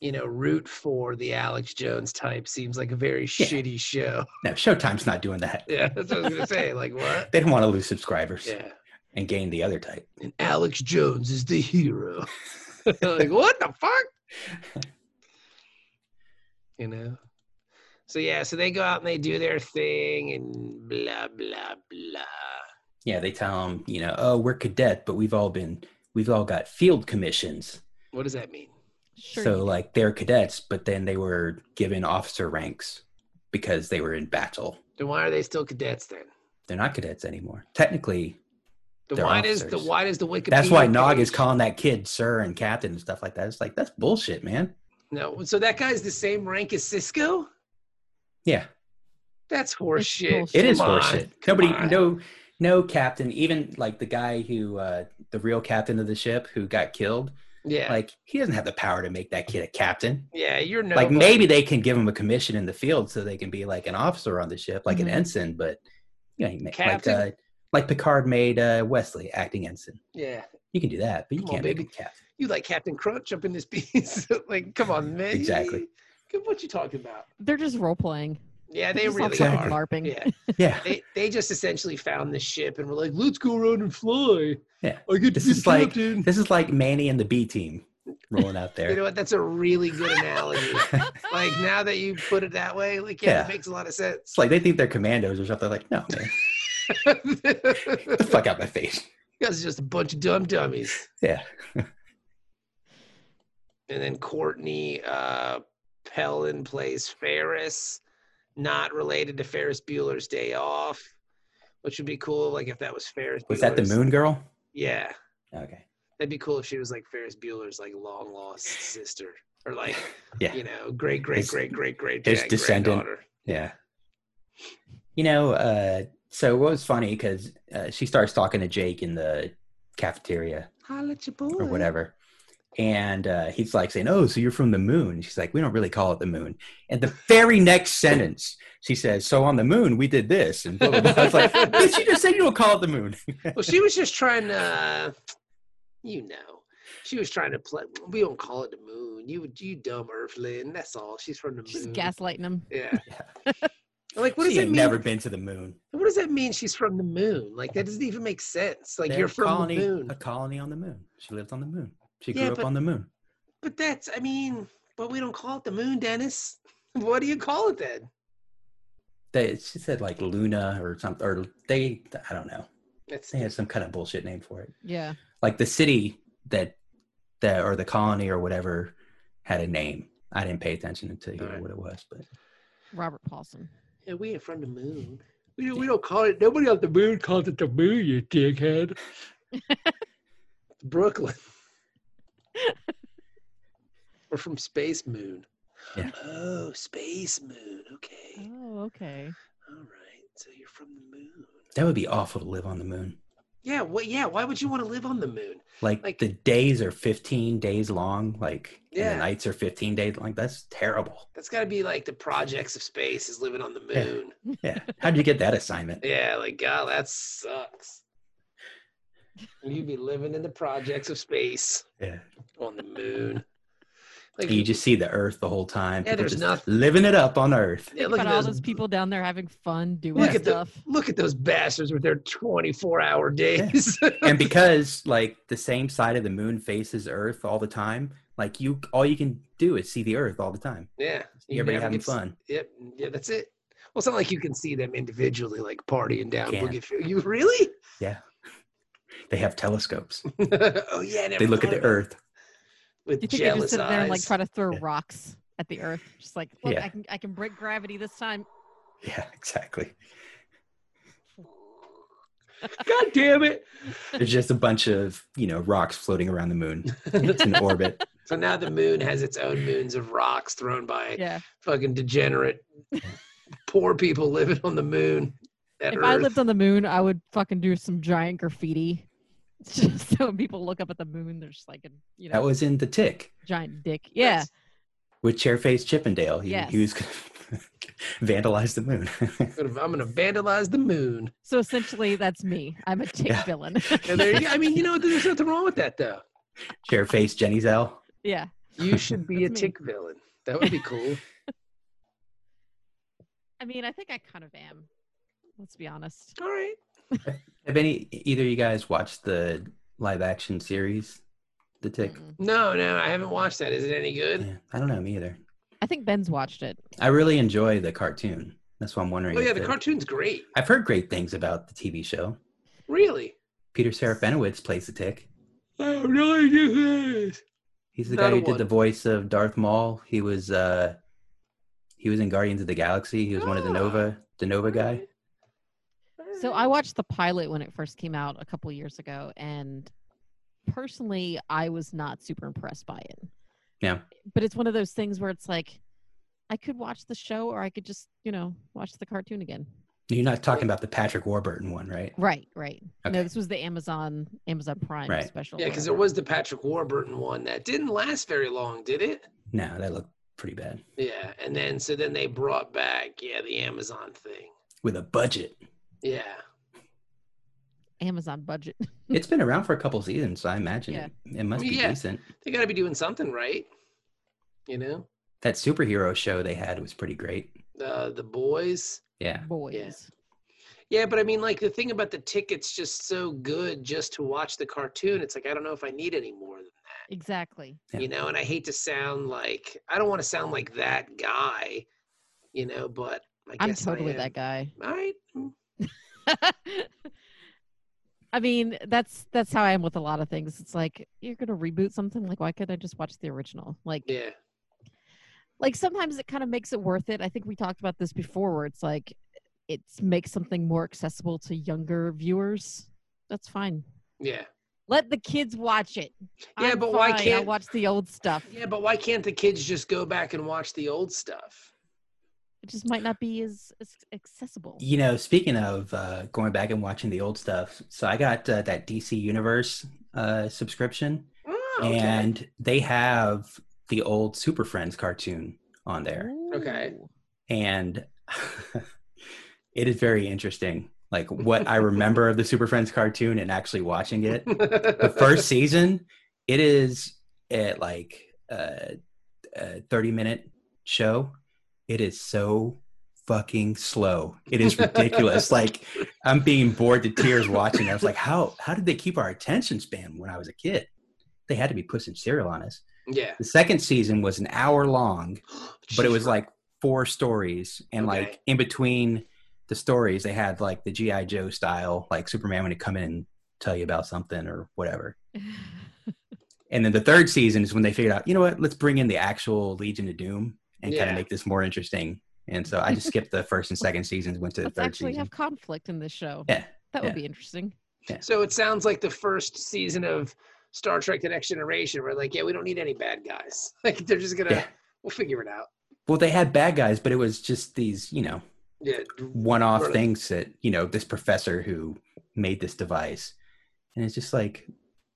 Speaker 4: you know, root for the Alex Jones type seems like a very shitty show.
Speaker 3: No, Showtime's not doing that.
Speaker 4: Yeah, that's what I was gonna say. Like what?
Speaker 3: They don't want to lose subscribers
Speaker 4: Yeah.
Speaker 3: and gain the other type.
Speaker 4: and Alex Jones is the hero. like, what the fuck? you know? So, yeah, so they go out and they do their thing and blah, blah, blah.
Speaker 3: Yeah, they tell him, you know, oh, we're cadet, but we've all been, we've all got field commissions.
Speaker 4: What does that mean?
Speaker 5: Sure.
Speaker 3: So like they're cadets, but then they were given officer ranks because they were in battle.
Speaker 4: Then why are they still cadets then?
Speaker 3: They're not cadets anymore. Technically,
Speaker 4: The
Speaker 3: They're
Speaker 4: why does the
Speaker 3: officers.
Speaker 4: why does the Wikipedia?
Speaker 3: that's why Nog
Speaker 4: page-
Speaker 3: is calling that kid sir and captain and stuff like that. It's like that's bullshit, man.
Speaker 4: No, so that guy's the same rank as Cisco.
Speaker 3: Yeah,
Speaker 4: That's horseshit.
Speaker 5: bullshit.
Speaker 3: it is
Speaker 4: Come on,
Speaker 3: horseshit.
Speaker 4: come
Speaker 3: Nobody,
Speaker 4: on.
Speaker 3: no, no captain, even like the guy who uh the real captain of the ship who got killed,
Speaker 4: Yeah.
Speaker 3: like he doesn't have the power to make that kid a captain.
Speaker 4: yeah, you're no
Speaker 3: like maybe they can give him a commission in the field so they can be like an officer on the ship, like
Speaker 5: Mhm.
Speaker 3: an ensign, but you know, he ma- like
Speaker 4: Mm-hmm. Captain?
Speaker 3: uh, like Picard made uh Wesley acting ensign.
Speaker 4: Yeah.
Speaker 3: You can do that, but you
Speaker 4: Come on,
Speaker 3: can't make
Speaker 4: baby.
Speaker 3: him captain.
Speaker 4: You like Captain Crunch up in this piece. like, come on, man.
Speaker 3: Exactly.
Speaker 4: Good, What you talking about?
Speaker 5: They're just role playing.
Speaker 4: Yeah, they
Speaker 5: just on
Speaker 4: really
Speaker 5: top
Speaker 3: fucking
Speaker 5: of
Speaker 4: are.
Speaker 5: LARPing.
Speaker 4: Yeah.
Speaker 3: Yeah.
Speaker 4: They they just essentially found this ship and were like, let's go around and fly.
Speaker 3: Yeah.
Speaker 4: I get to
Speaker 3: This
Speaker 4: be
Speaker 3: is
Speaker 4: the
Speaker 3: like-
Speaker 4: captain.
Speaker 3: This is like Manny and the B team rolling out
Speaker 4: You know
Speaker 3: there.
Speaker 4: what? That's a really good analogy. like now that you put it that way, like yeah, it
Speaker 3: Yeah.
Speaker 4: makes a lot of sense.
Speaker 3: It's like they think they're commandos or something. Like, no, man,
Speaker 4: you
Speaker 3: get the fuck out my face.
Speaker 4: guys are just a bunch of dumb dummies.
Speaker 3: Yeah.
Speaker 4: And then Courtney uh, Pellin plays Ferris, not related to Ferris Bueller's Day Off, which would be cool. Like if that was Ferris.
Speaker 3: Was that the
Speaker 4: Bueller's-
Speaker 3: Moon Girl?
Speaker 4: Yeah,
Speaker 3: Okay.
Speaker 4: that'd be cool if she was like Ferris Bueller's like long lost sister or like
Speaker 3: Yeah.
Speaker 4: you know great great
Speaker 3: His-
Speaker 4: great great great
Speaker 3: his
Speaker 4: great
Speaker 3: descendant.
Speaker 4: granddaughter.
Speaker 3: Yeah. You know, uh, so what was funny because uh, she starts talking to Jake in the cafeteria
Speaker 4: Holla at your boy.
Speaker 3: or whatever. And uh, he's like saying, Oh, so you're from the moon. She's like, We don't really call it the moon. And the very next sentence, she says, So on the moon, we did this. And blah, blah, blah. I was like, Bitch, you just said you don't call it the moon.
Speaker 4: well, she was just trying to, uh, you know, she was trying to play. We don't call it the moon. You you dumb Earthling. That's all. She's from the moon.
Speaker 5: She's gaslighting them.
Speaker 4: Yeah. Like, what does
Speaker 3: she
Speaker 4: that
Speaker 3: ain't
Speaker 4: mean?
Speaker 3: never been to the moon.
Speaker 4: What does that mean? She's from the moon. Like that doesn't even make sense. Like
Speaker 3: They're
Speaker 4: you're
Speaker 3: a
Speaker 4: from
Speaker 3: colony,
Speaker 4: the moon.
Speaker 3: A colony on the moon. She lived on the moon. She grew
Speaker 4: Yeah,
Speaker 3: up
Speaker 4: but-
Speaker 3: on the moon.
Speaker 4: But that's. I mean, but we don't call it the moon, Dennis. What do you call it then?
Speaker 3: They, she said like Luna or something, or they, I don't know.
Speaker 4: That's
Speaker 3: They had some kind of bullshit name for it.
Speaker 5: Yeah.
Speaker 3: Like the city that, that or the colony or whatever had a name. I didn't pay attention to
Speaker 4: Alright.
Speaker 3: what it was, but
Speaker 5: Robert Paulson.
Speaker 4: yeah, we ain't from the moon. We don't, we don't call it. Nobody on the moon calls it the moon. You dickhead. Brooklyn. We're from Space Moon.
Speaker 3: Yeah. Mm.
Speaker 4: Oh, Space Moon. Okay.
Speaker 5: Oh, okay.
Speaker 4: All right. So you're from the moon.
Speaker 3: that would be awful to live on the moon.
Speaker 4: Yeah. What? Yeah. Why would you want to live on the moon?
Speaker 3: Like,
Speaker 4: Like-
Speaker 3: the days are 15 days long, like and
Speaker 4: Yeah.
Speaker 3: the nights are 15 days long. That's terrible.
Speaker 4: That's got to be like the projects of space is living on the
Speaker 3: Yeah.
Speaker 4: moon.
Speaker 3: Yeah. How'd you get that assignment?
Speaker 4: Yeah. like God, that sucks. You'd be living in the projects of space
Speaker 3: Yeah.
Speaker 4: on the moon. Like
Speaker 3: You just see the earth the whole time.
Speaker 4: Yeah,
Speaker 3: People
Speaker 4: there's
Speaker 3: just
Speaker 4: nothing.
Speaker 3: Living it up on earth.
Speaker 4: yeah,
Speaker 5: Look
Speaker 4: look
Speaker 5: at
Speaker 4: at
Speaker 5: all
Speaker 4: those,
Speaker 5: those people down there having fun doing
Speaker 4: Look at the-
Speaker 5: stuff.
Speaker 4: Look at those bastards with their 24 hour days.
Speaker 3: and because like the same side of the moon faces earth all the time like you all you can do is see the earth all the time
Speaker 4: yeah. you
Speaker 3: everybody
Speaker 4: never
Speaker 3: having
Speaker 4: get to-
Speaker 3: fun
Speaker 4: Yep. Yeah, that's it. Well, it's not like you can see them individually, like partying down
Speaker 3: Can.
Speaker 4: Boogie Field. You really?
Speaker 3: they have telescopes
Speaker 4: oh yeah. I never
Speaker 3: they look at
Speaker 4: thought
Speaker 3: the
Speaker 4: about-
Speaker 3: earth
Speaker 4: with
Speaker 5: You think they just
Speaker 4: jealous
Speaker 5: sit there and like
Speaker 4: eyes.
Speaker 5: try to throw
Speaker 3: Yeah.
Speaker 5: rocks at the earth? Just like, look,
Speaker 3: Yeah.
Speaker 5: I can I can break gravity this time.
Speaker 3: yeah exactly
Speaker 4: God damn it!
Speaker 3: there's just a bunch of you know rocks floating around the moon it's in orbit
Speaker 4: So now the moon has its own moons of rocks thrown by
Speaker 5: Yeah.
Speaker 4: fucking degenerate, poor people living on the moon. At
Speaker 5: If
Speaker 4: Earth.
Speaker 5: I lived on the moon, I would fucking do some giant graffiti. Just so when people look up at the moon, there's like a you
Speaker 3: that
Speaker 5: know
Speaker 3: was in the tick
Speaker 5: giant dick. Yeah.
Speaker 3: with chairface chippendale he,
Speaker 5: Yes.
Speaker 3: he was gonna vandalize the moon
Speaker 4: I'm gonna vandalize the moon.
Speaker 5: So essentially, that's me. I'm a tick
Speaker 3: Yeah.
Speaker 5: villain.
Speaker 4: And there you go. I mean, you know, there's nothing wrong with that though.
Speaker 3: chairface jenny zell
Speaker 5: yeah.
Speaker 4: You should be a
Speaker 5: That's me.
Speaker 4: tick villain. That would be cool.
Speaker 5: I mean, I think I kind of am. Let's be honest.
Speaker 4: All right.
Speaker 3: have any either of you guys watched the live action series the tick
Speaker 5: Mm-mm.
Speaker 4: No, no, I haven't watched that. Is it any good?
Speaker 3: yeah, i don't know me either
Speaker 5: I think Ben's watched it.
Speaker 3: I really enjoy the cartoon. That's why I'm wondering.
Speaker 4: Oh yeah,
Speaker 3: if
Speaker 4: the
Speaker 3: it-
Speaker 4: cartoon's great.
Speaker 3: I've heard great things about the TV show.
Speaker 4: Really?
Speaker 3: Peter Serafinowicz plays the Tick.
Speaker 4: Oh really? Yes.
Speaker 3: He's the
Speaker 4: Not
Speaker 3: guy who
Speaker 4: a
Speaker 3: did the
Speaker 4: one.
Speaker 3: voice of Darth Maul. He was uh he was in Guardians of the Galaxy. He was one of the
Speaker 4: Ah.
Speaker 3: Nova the Nova guy.
Speaker 5: So I watched the pilot when it first came out a couple years ago, and personally, I was not super impressed by it.
Speaker 3: Yeah.
Speaker 5: But it's one of those things where it's like, I could watch the show, or I could just, you know, watch the cartoon again.
Speaker 3: You're not talking about the Patrick Warburton one, right?
Speaker 5: Right, right.
Speaker 3: Okay.
Speaker 5: No, this was the Amazon Amazon Prime
Speaker 3: Right.
Speaker 5: special.
Speaker 4: Yeah, because there was the Patrick Warburton one that didn't last very long, did it?
Speaker 3: No, that looked pretty bad
Speaker 4: Yeah, and then so then they brought back yeah the Amazon thing.
Speaker 3: with a budget.
Speaker 4: Yeah,
Speaker 5: Amazon budget.
Speaker 3: It's been around for a couple seasons, so I imagine
Speaker 5: Yeah.
Speaker 3: it, it must be
Speaker 4: Hmm. Yeah.
Speaker 3: decent.
Speaker 4: they got to be doing something right. You know,
Speaker 3: That superhero show they had was pretty great.
Speaker 4: the the boys.
Speaker 3: Yeah.
Speaker 5: Boys.
Speaker 4: Yeah, but I mean, like the thing about the tickets, just so good just to watch the cartoon. It's like I don't know if I need any more than
Speaker 5: Exactly.
Speaker 3: Yeah.
Speaker 4: you know. And I hate to sound like I don't want to sound like that guy, you know. But I
Speaker 5: I'm
Speaker 4: guess
Speaker 5: totally
Speaker 4: I am.
Speaker 5: that guy.
Speaker 4: All right.
Speaker 5: I mean, that's that's how I am with a lot of things. It's like you're gonna reboot something. Like, why could not I just watch the original? Like,
Speaker 4: Yeah.
Speaker 5: like sometimes it kind of makes it worth it. I think we talked about this before, where it's like it makes something more accessible to younger viewers. That's fine.
Speaker 4: Yeah.
Speaker 5: Let the kids watch it.
Speaker 4: Yeah,
Speaker 5: I'm
Speaker 4: but why
Speaker 5: fine. I'll
Speaker 4: can't-
Speaker 5: watch the old stuff?
Speaker 4: Yeah, but why can't the kids just go back and watch the old stuff?
Speaker 5: It just might not be as, as accessible.
Speaker 3: You know, speaking of uh, going back and watching the old stuff, so I got uh, that DC Universe uh, subscription,
Speaker 4: Oh, okay.
Speaker 3: and they have the old Super Friends cartoon on there,
Speaker 4: Oh. Okay.
Speaker 5: Ooh.
Speaker 3: and it is very interesting. Like what I remember of the Super Friends cartoon and actually watching it. the first season it is at like a, a 30 minute show it is so fucking slow it is ridiculous like i'm being bored to tears watching it. i was like how how did they keep our attention span when i was a kid they had to be pushing cereal on us
Speaker 4: yeah.
Speaker 3: the second season was an hour long but it was like four stories and
Speaker 4: Okay.
Speaker 3: like in between the stories they had like the gi joe style like superman would come in and tell you about something or whatever and then the third season is when they figured out, you know what, let's bring in the actual Legion of Doom and kind
Speaker 4: Yeah.
Speaker 3: of make this more interesting. And so I just skipped the first and second seasons, went to the
Speaker 5: Let's
Speaker 3: third
Speaker 5: actually
Speaker 3: season.
Speaker 5: have conflict in this show.
Speaker 3: Yeah,
Speaker 5: That would
Speaker 3: yeah.
Speaker 5: be interesting.
Speaker 4: So it sounds like the first season of Star Trek: The Next Generation. We're like, yeah, we don't need any bad guys. Like they're just gonna,
Speaker 3: Yeah.
Speaker 4: we'll figure it out.
Speaker 3: Well, they had bad guys, but it was just these, you know,
Speaker 4: Yeah.
Speaker 3: one off
Speaker 4: Right.
Speaker 3: things that, you know, this professor who made this device. And it's just like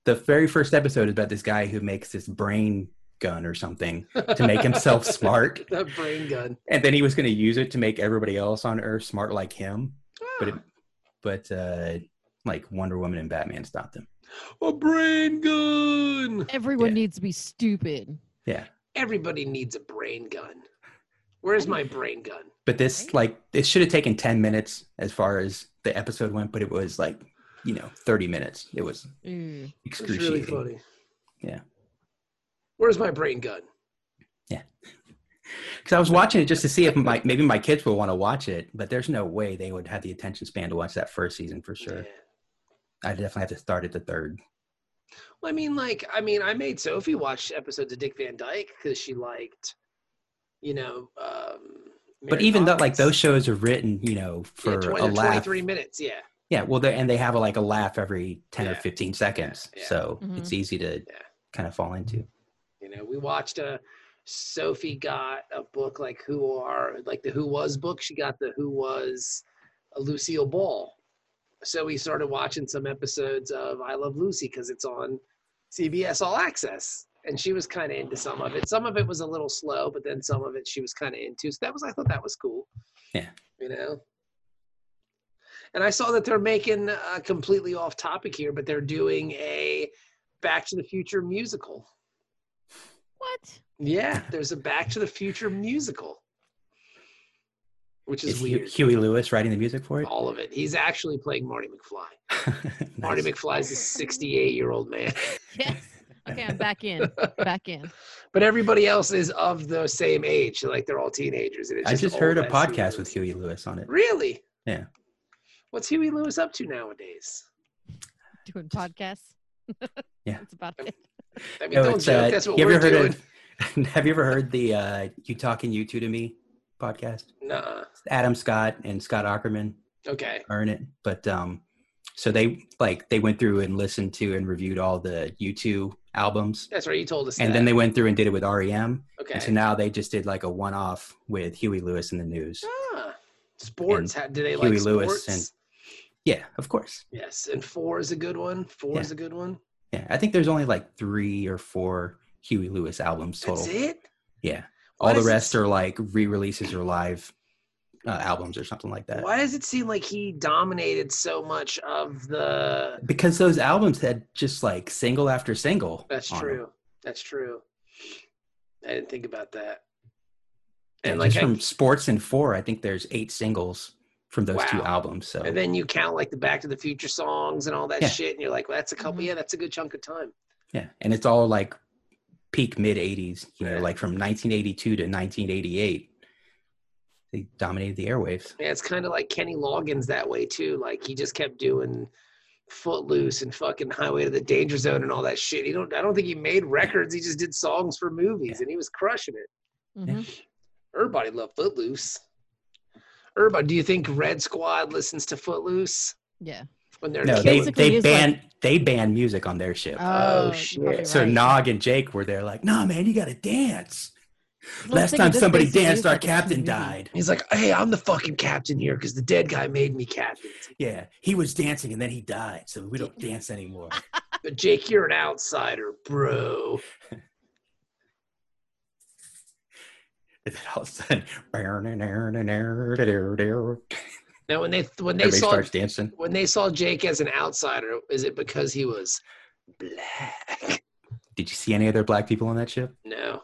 Speaker 3: the very first episode is about this guy who makes this brain gun or something to make himself smart.
Speaker 4: the brain gun.
Speaker 3: And then he was going to use it to make everybody else on Earth smart like him. But it,
Speaker 4: Ah,
Speaker 3: but uh, like Wonder Woman and Batman stopped him.
Speaker 4: a brain gun.
Speaker 5: Everyone
Speaker 3: Yeah.
Speaker 5: needs to be stupid.
Speaker 4: Everybody needs a brain gun. Where's my brain gun?
Speaker 3: But this
Speaker 5: Right.
Speaker 3: like it should have taken ten minutes as far as the episode went, but it was like you know thirty minutes. It was
Speaker 5: Ooh.
Speaker 4: It's really
Speaker 3: excruciating.
Speaker 4: funny.
Speaker 3: Yeah.
Speaker 4: Where's my brain gun?
Speaker 3: Because I was watching it just to see if my maybe my kids would want to watch it, but there's no way they would have the attention span to watch that first season for sure. I
Speaker 4: Yeah.
Speaker 3: definitely have to start at the third.
Speaker 4: Well, I mean, like, I mean, I made Sophie watch episodes of Dick Van Dyke because she liked, you know. Um,
Speaker 3: but
Speaker 4: Mary
Speaker 3: even though like
Speaker 4: Poppins.
Speaker 3: those shows are written, you know, for
Speaker 4: yeah, 20
Speaker 3: a
Speaker 4: they're
Speaker 3: laugh.
Speaker 4: 23 minutes, yeah.
Speaker 3: Yeah, well, they and they have like a laugh every ten or
Speaker 4: Yeah.
Speaker 3: fifteen seconds,
Speaker 4: Yeah.
Speaker 3: so
Speaker 5: Mhm.
Speaker 3: it's easy to
Speaker 4: Yeah.
Speaker 3: kind of fall into.
Speaker 4: You know, we watched a Sophie got a book like Who Are like the Who Was book. She got the Who Was uh, Lucille Ball. So we started watching some episodes of I Love Lucy because it's on CBS All Access. And she was kind of into some of it. Some of it was a little slow, but then some of it she was kind of into. So that was, I thought that was cool.
Speaker 3: Yeah.
Speaker 4: You know? And I saw that they're making uh, completely off topic here, but they're doing a Back to the Future musical.
Speaker 5: What?
Speaker 4: Yeah, there's a Back to the Future musical, which is,
Speaker 3: Is Hu-
Speaker 4: weird. Oh.
Speaker 3: Huey Lewis writing the music for it?
Speaker 4: All of it. He's actually playing Marty McFly. Marty
Speaker 3: Nice.
Speaker 4: McFly's a 68 year old man,
Speaker 5: Yes. Okay, I'm back in. Back in.
Speaker 4: but everybody else is of the same age. Like they're all teenagers. And it's
Speaker 3: I just
Speaker 4: old
Speaker 3: heard a
Speaker 4: ass
Speaker 3: podcast
Speaker 4: Huey
Speaker 3: with
Speaker 4: Lewis.
Speaker 3: Huey Lewis on it.
Speaker 4: Really?
Speaker 3: Yeah.
Speaker 4: What's Huey Lewis up to nowadays?
Speaker 5: Doing podcasts.
Speaker 3: Yeah.
Speaker 5: That's about it.
Speaker 4: I mean,
Speaker 3: No,
Speaker 4: don't
Speaker 3: it's,
Speaker 4: joke.
Speaker 3: uh,
Speaker 4: That's what
Speaker 3: you
Speaker 4: we're
Speaker 3: ever
Speaker 4: doing.
Speaker 3: heard of? Have you ever heard the uh, "You Talking You Two to Me" podcast?
Speaker 4: Nuh-uh.
Speaker 3: Adam Scott and Scott Ackerman
Speaker 4: Okay.
Speaker 3: are in it, but um, so they like they went through and listened to and reviewed all the U two albums,
Speaker 4: That's right. You told us.
Speaker 3: and
Speaker 4: that.
Speaker 3: then they went through and did it with E REM,
Speaker 4: Okay.
Speaker 3: and so now they just did like a one off with Huey Lewis in the news.
Speaker 4: ah, Sports. How, do they
Speaker 3: Huey
Speaker 4: like sports?
Speaker 3: Lewis and- Yeah, of course.
Speaker 4: yes, and four is a good one. Four is a good one.
Speaker 3: Yeah, I think there's only like three or four Huey Lewis albums total.
Speaker 4: That's it.
Speaker 3: Yeah, all
Speaker 4: Why
Speaker 3: the
Speaker 4: does it
Speaker 3: rest are like re-releases or live uh, albums or something like that.
Speaker 4: Why does it seem like he dominated so much of the?
Speaker 3: Because those albums had just like single after single.
Speaker 4: That's
Speaker 3: on 'em.
Speaker 4: true. That's true. I didn't think about that.
Speaker 3: And
Speaker 4: And
Speaker 3: like
Speaker 4: like,
Speaker 3: just
Speaker 4: I,
Speaker 3: from Sports and Four, I think there's eight singles from those two
Speaker 4: Wow.
Speaker 3: albums. So
Speaker 4: and then you count like the Back to the Future songs and all that
Speaker 3: Yeah.
Speaker 4: shit, and you're like, well, that's a couple.
Speaker 5: Mhm.
Speaker 4: Yeah, that's a good chunk of time.
Speaker 3: yeah, and it's all like peak mid '80s. You know,
Speaker 4: Yeah.
Speaker 3: like from 1982 to 1988, they dominated the airwaves.
Speaker 4: Yeah, it's kind of like Kenny Loggins that way too. Like he just kept doing Footloose and fucking Highway to the Danger Zone and all that shit. He don't. I don't think he made records. He just did songs for movies, and he was crushing it.
Speaker 5: Mhm.
Speaker 4: Everybody loved Footloose. Everybody, do you think Red Squad listens to Footloose
Speaker 5: Yeah.
Speaker 4: when they're
Speaker 3: No,
Speaker 4: killing?
Speaker 3: they
Speaker 5: Basically,
Speaker 3: they
Speaker 5: it's like-
Speaker 3: banned they banned music on their ship.
Speaker 4: Oh,
Speaker 5: you're
Speaker 4: shit.
Speaker 5: probably
Speaker 3: so
Speaker 5: right.
Speaker 3: Nog and Jake were there, like, "Nah, man, you got to dance."
Speaker 5: Let's
Speaker 3: Last
Speaker 5: think
Speaker 3: time
Speaker 5: of this
Speaker 3: somebody
Speaker 5: basically
Speaker 3: danced,
Speaker 5: is
Speaker 3: our
Speaker 5: like a
Speaker 3: captain
Speaker 5: TV.
Speaker 3: died.
Speaker 4: He's like, hey, I'm the fucking captain here because the dead guy made me captain.
Speaker 3: Yeah, he was dancing and then he died, so we don't dance anymore.
Speaker 4: But Jake, you're an outsider, bro.
Speaker 3: and then all of a sudden,
Speaker 4: Now, when they when they
Speaker 3: everybody
Speaker 4: saw
Speaker 3: starts dancing.
Speaker 4: when they saw Jake as an outsider, is it because he was black?
Speaker 3: Did you see any other black people on that ship?
Speaker 4: No.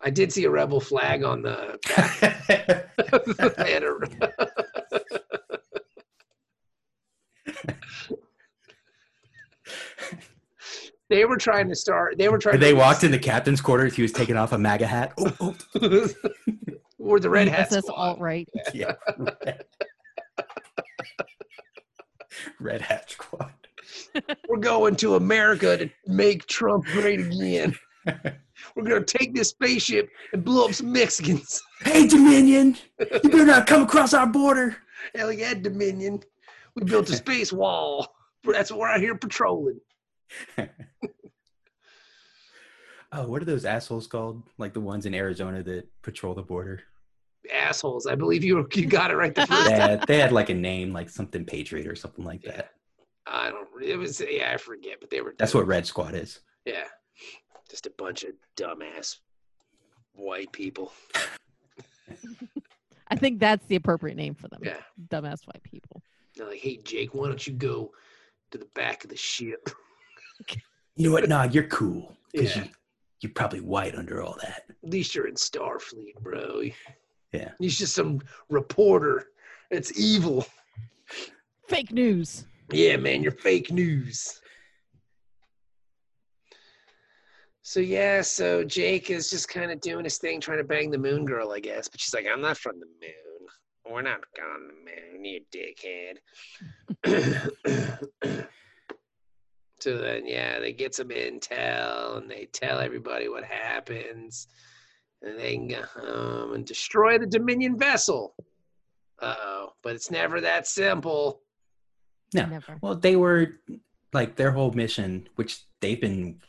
Speaker 4: I did see a rebel flag on the
Speaker 3: yeah,
Speaker 4: they had a- They were trying to start. They were trying.
Speaker 3: they
Speaker 4: to
Speaker 3: walked in the captain's quarters. He was taking off a MAGA hat. Oh, oh,
Speaker 4: or the red hat
Speaker 5: SS
Speaker 4: squad.
Speaker 5: alt right.
Speaker 3: yeah. Red, Red Hat Squad.
Speaker 4: We're going to America to make Trump great again. We're gonna take this spaceship and blow up some Mexicans.
Speaker 3: Hey, Dominion, you better not come across our border.
Speaker 4: Hell yeah, Dominion. We built a space wall. That's what we're out here patrolling.
Speaker 3: Oh, what are those assholes called? Like the ones in Arizona that patrol the border?
Speaker 4: Assholes. I believe you you got it right the first
Speaker 3: They
Speaker 4: time.
Speaker 3: had, they had like a name, like something Patriot or something like
Speaker 4: Yeah.
Speaker 3: that.
Speaker 4: I don't it was yeah, I forget, but they were
Speaker 3: That's what Red Squad is.
Speaker 4: Yeah. Just a bunch of dumbass white people.
Speaker 5: I think that's the appropriate name for them.
Speaker 4: Yeah.
Speaker 5: Dumbass white people.
Speaker 4: They're like, hey Jake, why don't you go to the back of the ship?
Speaker 3: You know what? Nah, you're cool because
Speaker 4: Yeah.
Speaker 3: you, you're probably white under all that.
Speaker 4: At least you're in Starfleet, bro.
Speaker 3: Yeah.
Speaker 4: He's just some reporter. It's evil.
Speaker 5: Fake news.
Speaker 4: Yeah, man, you're fake news. So yeah, so Jake is just kind of doing his thing, trying to bang the moon girl, I guess. But she's like, "I'm not from the moon. We're not on the moon, you dickhead." so then, yeah, they get some intel and they tell everybody what happens, and they can go home and destroy the Dominion vessel. Uh oh, but it's never that simple.
Speaker 3: Yeah.
Speaker 5: Never.
Speaker 3: Well, they were like their whole mission, which they've been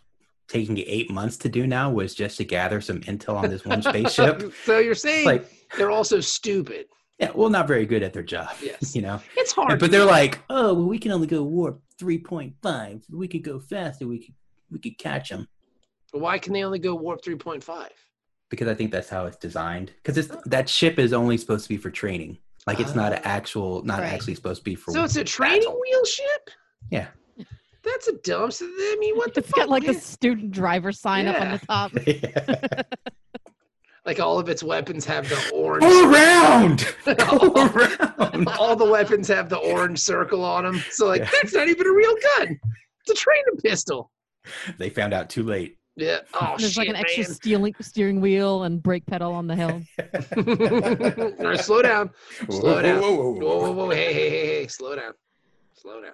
Speaker 3: taking eight months to do now, was just to gather some intel on this one spaceship.
Speaker 4: so you're saying
Speaker 3: like,
Speaker 4: they're also stupid.
Speaker 3: yeah, well, not very good at their job.
Speaker 4: Yes.
Speaker 3: You know,
Speaker 4: It's hard.
Speaker 3: but they're like, oh, well, we can only go warp 3.5. We could go faster. We could, we could catch them.
Speaker 4: Why can they only go warp 3.5?
Speaker 3: because I think that's how it's designed. Because it's
Speaker 4: Oh.
Speaker 3: that ship is only supposed to be for training. Like it's not an
Speaker 4: Ah.
Speaker 3: actual, not
Speaker 5: Right.
Speaker 3: actually supposed to be for.
Speaker 4: So it's a training
Speaker 3: battle.
Speaker 4: wheel ship?
Speaker 3: Yeah.
Speaker 4: That's a dumb. So I mean, what the
Speaker 5: It's
Speaker 4: fuck?
Speaker 5: got like a
Speaker 4: man?
Speaker 5: student driver sign up on
Speaker 4: Yeah. Oh,
Speaker 5: the top.
Speaker 4: Like all of its weapons have the orange.
Speaker 3: Go around, go
Speaker 4: all,
Speaker 3: around.
Speaker 4: all the weapons have the orange circle on them. So like
Speaker 3: Yeah.
Speaker 4: that's not even a real gun. It's a trainer pistol.
Speaker 3: They found out too late.
Speaker 4: Yeah. Oh
Speaker 5: There's
Speaker 4: shit,
Speaker 5: like an extra
Speaker 4: man.
Speaker 5: stealing, steering wheel and brake pedal on the hill.
Speaker 4: All right, slow down. Slow down.
Speaker 3: Whoa, whoa, whoa,
Speaker 4: Whoa,
Speaker 3: whoa.
Speaker 4: whoa, whoa. Hey, hey, hey, hey. Slow down. Slow down.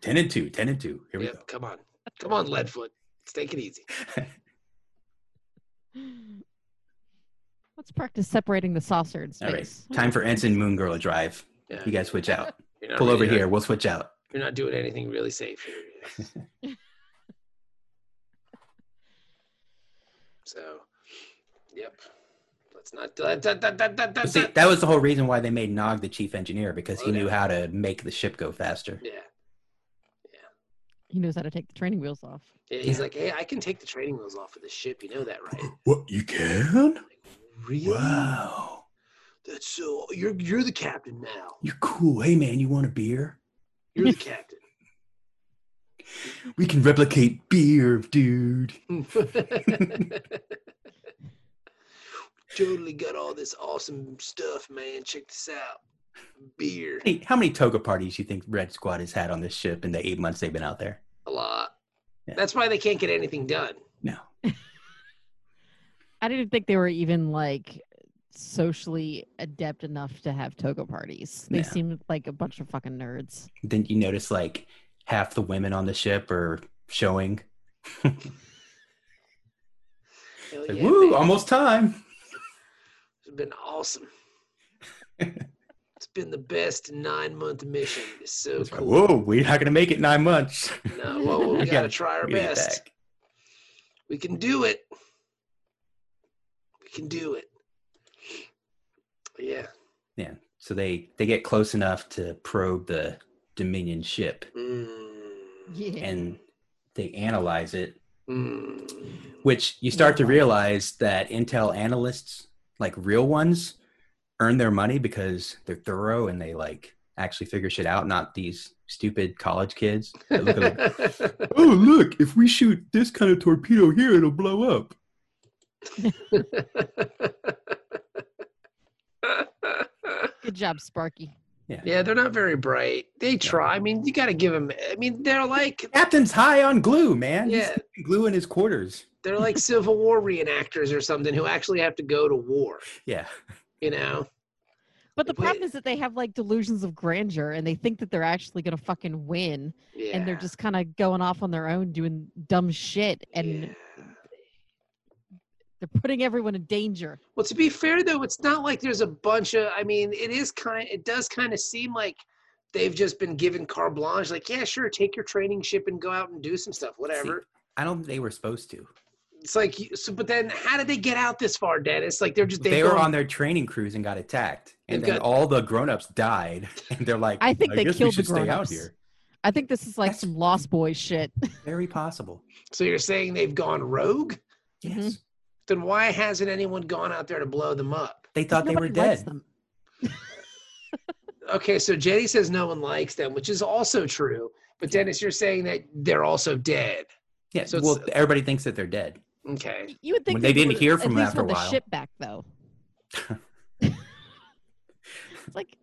Speaker 3: Ten and two, ten and two. Here we
Speaker 4: Yep, Come on. Come on, Leadfoot. Let's take it easy.
Speaker 5: Let's practice separating the saucer in
Speaker 3: go. All right,
Speaker 5: space.
Speaker 3: time for Ensign Moon Girl Drive.
Speaker 4: Yeah.
Speaker 3: You guys switch out.
Speaker 4: You're not
Speaker 3: Pull over
Speaker 4: really- uh,
Speaker 3: here. We'll switch out.
Speaker 4: You're not doing anything really safe here. so, yep. Let's not do that. that, that, that, that, that,
Speaker 3: But see,
Speaker 4: that-
Speaker 3: that was the whole reason why they made Nog the chief engineer because he
Speaker 4: Oh, yeah.
Speaker 3: knew how to make the ship go faster.
Speaker 4: Yeah.
Speaker 5: He knows how to take the training wheels off.
Speaker 4: yeah. He's
Speaker 3: Yeah.
Speaker 4: like, hey, I can take the training wheels off of this ship. You know that, right?
Speaker 3: What you can?
Speaker 4: Like, really?
Speaker 3: Wow,
Speaker 4: That's so. You're you're the captain now.
Speaker 3: you're cool. Hey man, you want a beer?
Speaker 4: You're the captain.
Speaker 3: We can replicate beer, dude.
Speaker 4: totally got all this awesome stuff, man. Check this out. Beer.
Speaker 3: Hey, how many toga parties you think Red Squad has had on this ship in the eight months they've been out there?
Speaker 4: A lot.
Speaker 3: Yeah.
Speaker 4: That's why they can't get anything done.
Speaker 3: No.
Speaker 5: I didn't think they were even like socially adept enough to have toga parties. They
Speaker 3: Yeah.
Speaker 5: seemed like a bunch of fucking nerds.
Speaker 3: Didn't you notice like half the women on the ship are showing?
Speaker 4: Hell
Speaker 3: Like,
Speaker 4: yeah,
Speaker 3: Woo,
Speaker 4: man.
Speaker 3: almost time.
Speaker 4: It's been awesome. it's been the best nine month mission. It's so
Speaker 3: It's like,
Speaker 4: cool.
Speaker 3: Whoa, we're not gonna make it nine months.
Speaker 4: No, whoa, whoa, we
Speaker 3: We
Speaker 4: gotta
Speaker 3: gotta-
Speaker 4: try our
Speaker 3: We're gonna get
Speaker 4: best.
Speaker 3: back.
Speaker 4: We can do it. We can do it. Yeah.
Speaker 3: Yeah. So they they get close enough to probe the Dominion ship,
Speaker 4: Mm.
Speaker 5: Yeah.
Speaker 3: and they analyze it.
Speaker 4: Mm.
Speaker 3: Which you start to realize that intel analysts, like real ones, earn their money because they're thorough and they like actually figure shit out, not these stupid college kids. That look like, oh look, if we shoot this kind of torpedo here, it'll blow up.
Speaker 5: Good job, Sparky.
Speaker 4: yeah, they're not very bright. They try. I mean, you got to give them. I mean, they're like
Speaker 3: Captain's high on glue, man. He's
Speaker 4: Yeah.
Speaker 3: sticking glue in his quarters.
Speaker 4: they're like Civil War reenactors or something who actually have to go to war.
Speaker 3: Yeah.
Speaker 4: You know?
Speaker 5: But the
Speaker 4: Wait.
Speaker 5: problem is that they have like delusions of grandeur and they think that they're actually going to fucking win.
Speaker 4: Yeah.
Speaker 5: And they're just kind of going off on their own doing dumb shit and
Speaker 4: Yeah.
Speaker 5: they're putting everyone in danger.
Speaker 4: Well, to be fair though, it's not like there's a bunch of. I mean, it is kind. It does kind of seem like they've just been given carte blanche. Like, yeah, sure, take your training ship and go out and do some stuff, whatever.
Speaker 3: I don't think they were supposed to.
Speaker 4: It's like, you- so, but then how did they get out this far, Dennis? Like, they're just
Speaker 3: they
Speaker 4: they've
Speaker 3: were
Speaker 4: gone-
Speaker 3: on their training cruise and got attacked, and
Speaker 4: They've
Speaker 3: then
Speaker 4: got-
Speaker 3: all the grown-ups died, and they're like,
Speaker 5: I think they
Speaker 3: guess we
Speaker 5: killed the
Speaker 3: should stay out
Speaker 5: grown-ups.
Speaker 3: here."
Speaker 5: I think this is like
Speaker 3: That's-
Speaker 5: some Lost Boy shit.
Speaker 3: Very possible.
Speaker 4: So you're saying they've gone rogue?
Speaker 3: Yes,
Speaker 5: Mhm.
Speaker 4: Then why hasn't anyone gone out there to blow them up?
Speaker 3: they thought they were
Speaker 5: Nobody likes
Speaker 3: dead.
Speaker 5: them.
Speaker 4: Okay, so Jenny says no one likes them, which is also true. But Dennis, you're saying that they're also dead.
Speaker 3: Yeah,
Speaker 4: So
Speaker 3: well,
Speaker 4: it's-
Speaker 3: everybody thinks that they're dead.
Speaker 4: Okay.
Speaker 5: You would think
Speaker 3: When they didn't
Speaker 5: would've
Speaker 3: hear
Speaker 5: at
Speaker 3: from them
Speaker 5: least
Speaker 3: after a
Speaker 5: had the
Speaker 3: while.
Speaker 5: ship back though. it's like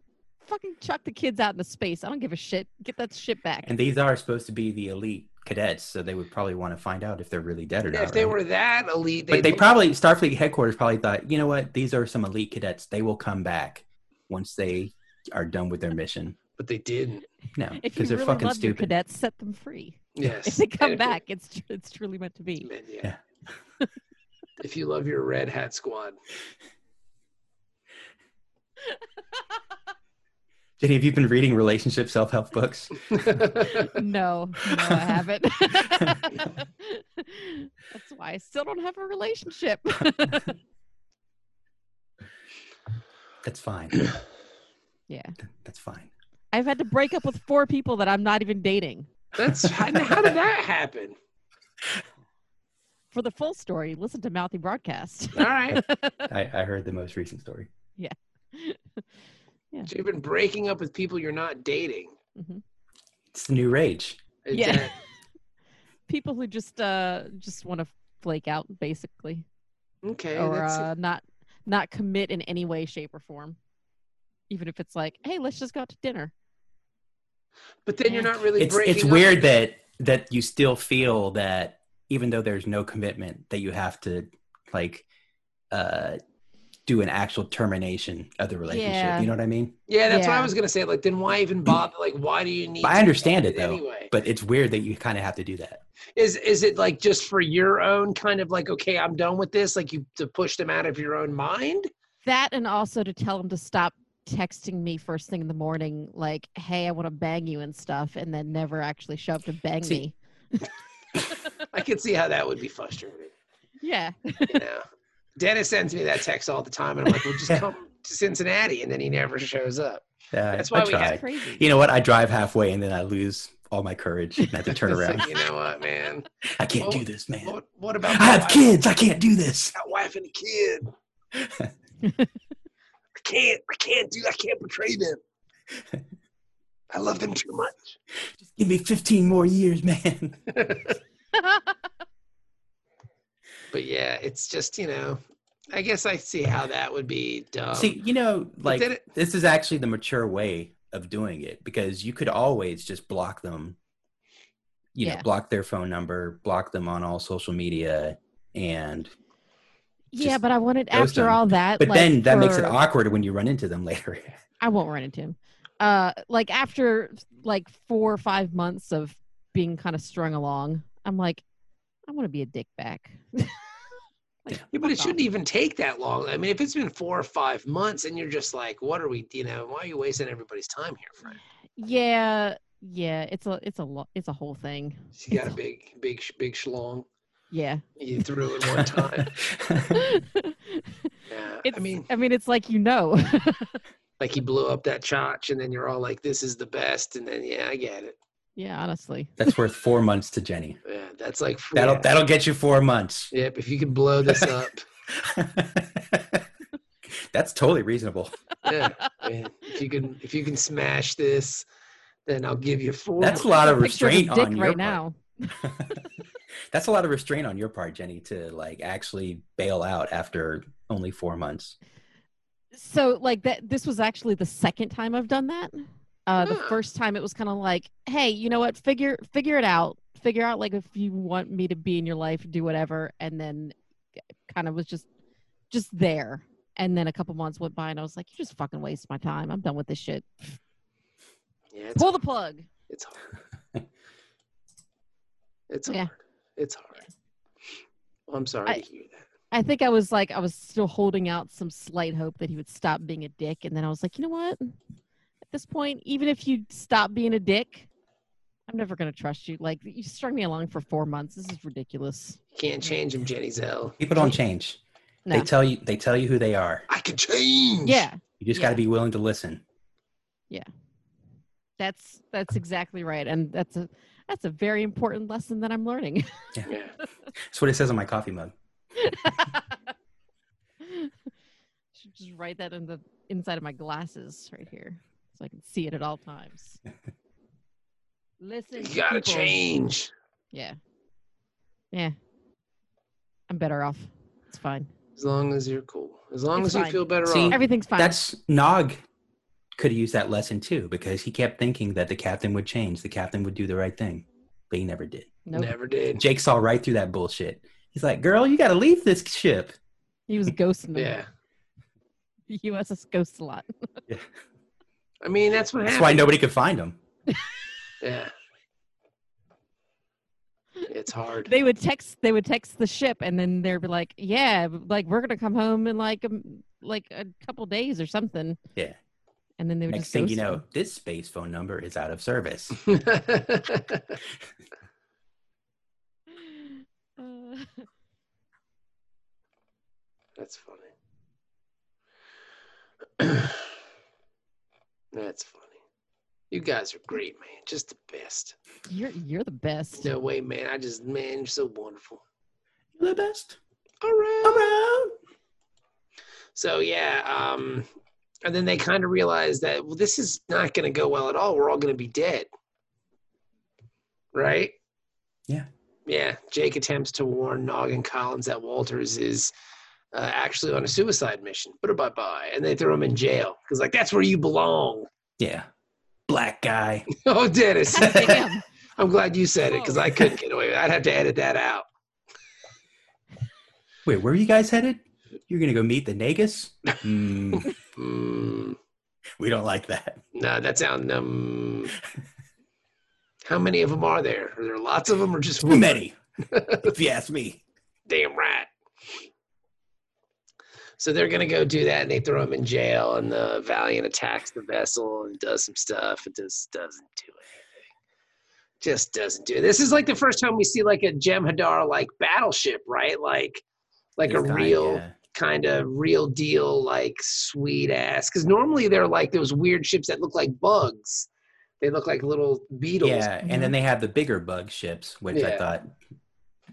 Speaker 5: fucking chuck the kids out into space. I don't give a shit. Get that ship back.
Speaker 3: And these are supposed to be the elite cadets, so they would probably want to find out if they're really dead or
Speaker 4: Yeah,
Speaker 3: not.
Speaker 4: if they
Speaker 3: right?
Speaker 4: were that elite,
Speaker 3: but they probably Starfleet headquarters probably thought, you know what, these are some elite cadets. They will come back once they are done with their mission.
Speaker 4: But they didn't.
Speaker 3: No,
Speaker 5: if you
Speaker 3: because they're
Speaker 5: really
Speaker 3: fucking
Speaker 5: love your
Speaker 3: stupid.
Speaker 5: cadets, set them free.
Speaker 4: Yes.
Speaker 5: If they come
Speaker 4: And-
Speaker 5: back, it's tr- it's truly meant to be.
Speaker 4: Man, yeah. if you love your red hat squad,
Speaker 3: Jenny, have you been reading relationship self-help books?
Speaker 5: no, no, I haven't. That's why I still don't have a relationship.
Speaker 3: That's fine.
Speaker 5: yeah,
Speaker 3: That's fine.
Speaker 5: I've had to break up with four people that I'm not even dating.
Speaker 4: that's how, how did that happen?
Speaker 5: For the full story, listen to Mouthy Broadcast.
Speaker 4: All right,
Speaker 3: I, I heard the most recent story.
Speaker 4: so you've been breaking up with people you're not dating.
Speaker 5: Mhm.
Speaker 3: It's the new rage.
Speaker 4: Is
Speaker 5: Yeah.
Speaker 4: that-
Speaker 5: people who just uh just want to flake out basically
Speaker 4: okay.
Speaker 5: or
Speaker 4: that's-
Speaker 5: uh, not not commit in any way shape or form even if it's like hey let's just go out to dinner
Speaker 4: but then you're not really.
Speaker 3: It's
Speaker 4: breaking
Speaker 3: it's
Speaker 4: up
Speaker 3: weird
Speaker 4: with-
Speaker 3: that that you still feel that even though there's no commitment that you have to like uh do an actual termination of the relationship.
Speaker 5: Yeah.
Speaker 3: You know what I mean?
Speaker 4: Yeah, that's what I
Speaker 5: Yeah.
Speaker 4: was gonna say. Like, then why even bother? Like, why do you need?
Speaker 3: But I
Speaker 4: to
Speaker 3: understand
Speaker 4: commit
Speaker 3: it though.
Speaker 4: Anyway,
Speaker 3: But it's weird that you kind of have to do that.
Speaker 4: is is it like just for your own kind of like okay, I'm done with this? Like you to push them out of your own mind?
Speaker 5: that and also to tell them to stop texting me first thing in the morning like hey i want to bang you and stuff and then never actually show up to bang
Speaker 3: See-
Speaker 5: me
Speaker 4: I can see how that would be frustrating.
Speaker 5: yeah
Speaker 4: you know, Dennis sends me that text all the time, and I'm like, "Well, just come to Cincinnati," and then he never shows up.
Speaker 3: Yeah,
Speaker 4: That's why
Speaker 3: I
Speaker 4: we
Speaker 3: try.
Speaker 4: had-
Speaker 5: That's crazy.
Speaker 3: You know what? I drive halfway and then I lose all my courage and have to turn
Speaker 4: It's like, "Oh,
Speaker 3: around.
Speaker 4: you know what, man?
Speaker 3: I can't
Speaker 4: what-
Speaker 3: do this, man.
Speaker 4: What, what about
Speaker 3: I
Speaker 4: my
Speaker 3: have
Speaker 4: wife?
Speaker 3: kids. I can't do this.
Speaker 4: Got wife and a kid. I can't. I can't do. I can't betray them. I love them too much.
Speaker 3: Give me 15 more years, man.
Speaker 4: But yeah, it's just you know. I guess I see how that would be dumb.
Speaker 3: See, you know, like
Speaker 4: Um, then it-
Speaker 3: this is actually the mature way of doing it because you could always just block them. You know,
Speaker 5: Yeah.
Speaker 3: block their phone number, block them on all social media, and
Speaker 5: yeah,
Speaker 3: just
Speaker 5: but I wanted
Speaker 3: ghost
Speaker 5: after
Speaker 3: him.
Speaker 5: all that.
Speaker 3: but
Speaker 5: like,
Speaker 3: then that makes it
Speaker 5: for-
Speaker 3: awkward when you run into them later.
Speaker 5: I won't run into him. Uh, like after like four or five months of being kind of strung along, I'm like, I want to be a dick back.
Speaker 4: Yeah, but it
Speaker 5: Fuck
Speaker 4: shouldn't
Speaker 5: off.
Speaker 4: even take that long. I mean, if it's been four or five months and you're just like, what are we, you know, why are you wasting everybody's time here, friend?
Speaker 5: Yeah, yeah. It's a it's a lo- it's a whole thing.
Speaker 4: She got a big, big, sh- big schlong.
Speaker 5: Yeah.
Speaker 4: You threw it one time. Yeah. I
Speaker 5: It's-
Speaker 4: mean,
Speaker 5: I mean, it's like you know.
Speaker 4: like he blew up that chotch and then you're all like, this is the best. And then, yeah, I get it.
Speaker 5: yeah, honestly.
Speaker 3: That's worth four months to Jenny.
Speaker 4: Yeah. That's like,
Speaker 3: That'll
Speaker 4: yeah.
Speaker 3: that'll get you four months.
Speaker 4: Yep. If you could blow this up.
Speaker 3: That's totally reasonable.
Speaker 4: yeah. I mean, if you can, if you can smash this, then I'll give you four.
Speaker 3: That's a
Speaker 4: months.
Speaker 3: lot of
Speaker 5: Picture of his
Speaker 3: restraint
Speaker 5: dick
Speaker 3: on your part.
Speaker 5: right now.
Speaker 3: That's a lot of restraint on your part, Jenny, to like actually bail out after only four months.
Speaker 5: so like that this was actually the second time i've done that uh the
Speaker 4: Huh.
Speaker 5: first time it was kind of like hey you know what figure figure it out figure out like if you want me to be in your life do whatever and then kind of was just just there and then a couple months went by and i was like you just fucking waste my time i'm done with this shit
Speaker 4: Yeah, it's
Speaker 5: pull the plug
Speaker 4: It's hard. It's hard.
Speaker 5: Yeah.
Speaker 4: It's hard. Well, I'm sorry
Speaker 5: I-
Speaker 4: to hear that.
Speaker 5: i think i was like i was still holding out some slight hope that he would stop being a dick and then i was like you know what at this point even if you stop being a dick i'm never going to trust you like you strung me along for four months this is ridiculous
Speaker 4: You can't change him, Jenny Zell.
Speaker 3: People don't change.
Speaker 5: no
Speaker 3: They tell you they tell you who they are.
Speaker 4: I can change.
Speaker 5: yeah
Speaker 3: You just
Speaker 5: Yeah.
Speaker 3: got to be willing to listen.
Speaker 5: that's that's exactly right and that's a that's a very important lesson that i'm learning
Speaker 4: Yeah.
Speaker 3: That's what it says on my coffee mug.
Speaker 5: should just write that in the inside of my glasses right here so i can see it at all times listen
Speaker 4: You
Speaker 5: to
Speaker 4: gotta
Speaker 5: people.
Speaker 4: change.
Speaker 5: Yeah. Yeah. I'm better off. It's fine.
Speaker 4: As long as you're cool. As long
Speaker 5: It's
Speaker 4: as you
Speaker 5: fine.
Speaker 4: feel better
Speaker 3: See,
Speaker 4: off.
Speaker 5: Everything's fine.
Speaker 3: That's Nog could have used that lesson too because he kept thinking that the captain would change, the captain would do the right thing, but he never did.
Speaker 5: nope.
Speaker 4: Never did.
Speaker 3: Jake saw right through that bullshit. He's like, "Girl, you got to leave this ship."
Speaker 5: He was ghosting them.
Speaker 4: Yeah.
Speaker 5: The USS ghosts a lot.
Speaker 4: I mean, that's what
Speaker 3: That's why
Speaker 4: happened.
Speaker 3: nobody could find him.
Speaker 4: Yeah. It's hard.
Speaker 5: They would text they would text the ship and then they'd be like, Yeah, like we're gonna come home in like um, like a couple days or something.
Speaker 3: Yeah.
Speaker 5: And then they would
Speaker 3: Next
Speaker 5: just
Speaker 3: thing you
Speaker 5: ghost
Speaker 3: know,
Speaker 5: them.
Speaker 3: this space phone number is out of service.
Speaker 5: Uh,
Speaker 4: that's funny. that's funny. You guys are great, man. Just the best.
Speaker 5: you're you're the best.
Speaker 4: No way, man. I just, man, you're so wonderful.
Speaker 3: You're the best
Speaker 4: All right.
Speaker 3: around.
Speaker 4: So yeah, um, and then they kind of realized that well, this is not going to go well at all. We're all going to be dead, right?
Speaker 3: Yeah.
Speaker 4: Yeah. Jake attempts to warn Nog and Collins that Walters is uh, actually on a suicide mission. But bye bye, and they throw him in jail because like that's where you belong.
Speaker 3: Yeah, black guy.
Speaker 4: oh, Dennis,
Speaker 5: God damn.
Speaker 4: I'm glad you said it because I couldn't get away. with it. I'd have to edit that out.
Speaker 3: Wait, where are you guys headed? You're gonna go meet the Nagus? Mm,
Speaker 4: Mm,
Speaker 3: we don't like that.
Speaker 4: no, that sound. Um, how many of them are there? Are there lots of them, or just
Speaker 3: Too
Speaker 4: one?
Speaker 3: many, if you ask me.
Speaker 4: Damn right. So they're gonna go do that, and they throw him in jail. And the Valiant attacks the vessel and does some stuff. It just doesn't do anything. Just doesn't do. It. This is like the first time we see like a Jem'Hadar like battleship, right? Like, like
Speaker 3: This
Speaker 4: a
Speaker 3: time,
Speaker 4: real
Speaker 3: yeah.
Speaker 4: kind of real deal, like sweet ass. Because normally they're like those weird ships that look like bugs. They look like little beetles.
Speaker 3: Yeah, and then they have the bigger bug ships, which
Speaker 4: Yeah.
Speaker 3: I thought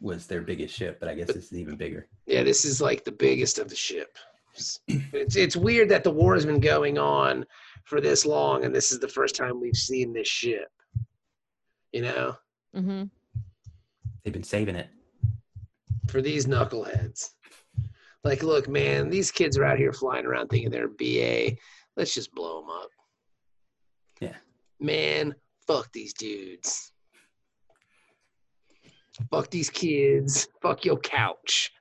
Speaker 3: was their biggest ship, but I guess this is even bigger.
Speaker 4: Yeah, this is like the biggest of the ship. It's it's weird that the war has been going on for this long, and this is the first time we've seen this ship. You know,
Speaker 5: hmm
Speaker 3: They've been saving it.
Speaker 4: for these knuckleheads. Like, look, man, these kids are out here flying around thinking they're BA. Let's just blow them up.
Speaker 3: Yeah.
Speaker 4: Man, fuck these dudes. Fuck these kids. Fuck your couch.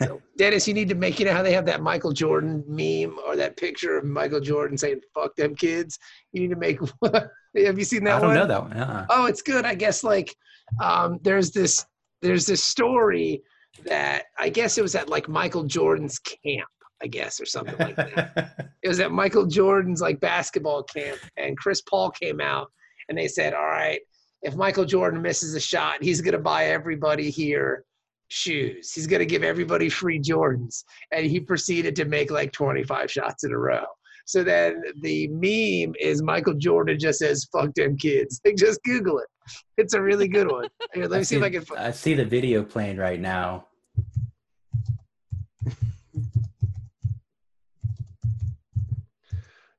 Speaker 4: So, Dennis, you need to make, you know how they have that Michael Jordan meme or that picture of Michael Jordan saying, fuck them kids? You need to make one. have you seen that
Speaker 3: I don't
Speaker 4: one?
Speaker 3: know that one. Uh-uh.
Speaker 4: oh it's good i guess like um, there's this there's this story that i guess it was at like michael jordan's camp i guess or something like that
Speaker 3: Uh-uh.
Speaker 4: it was at michael jordan's like basketball camp and chris paul came out and they said all right if michael jordan misses a shot he's going to buy everybody here shoes he's going to give everybody free jordans and he proceeded to make like 25 shots in a row so then the meme is Michael Jordan just says "fuck them kids." Like, just Google it. It's a really good one. Here, let me see if I can. fi-
Speaker 3: I see the video playing right now.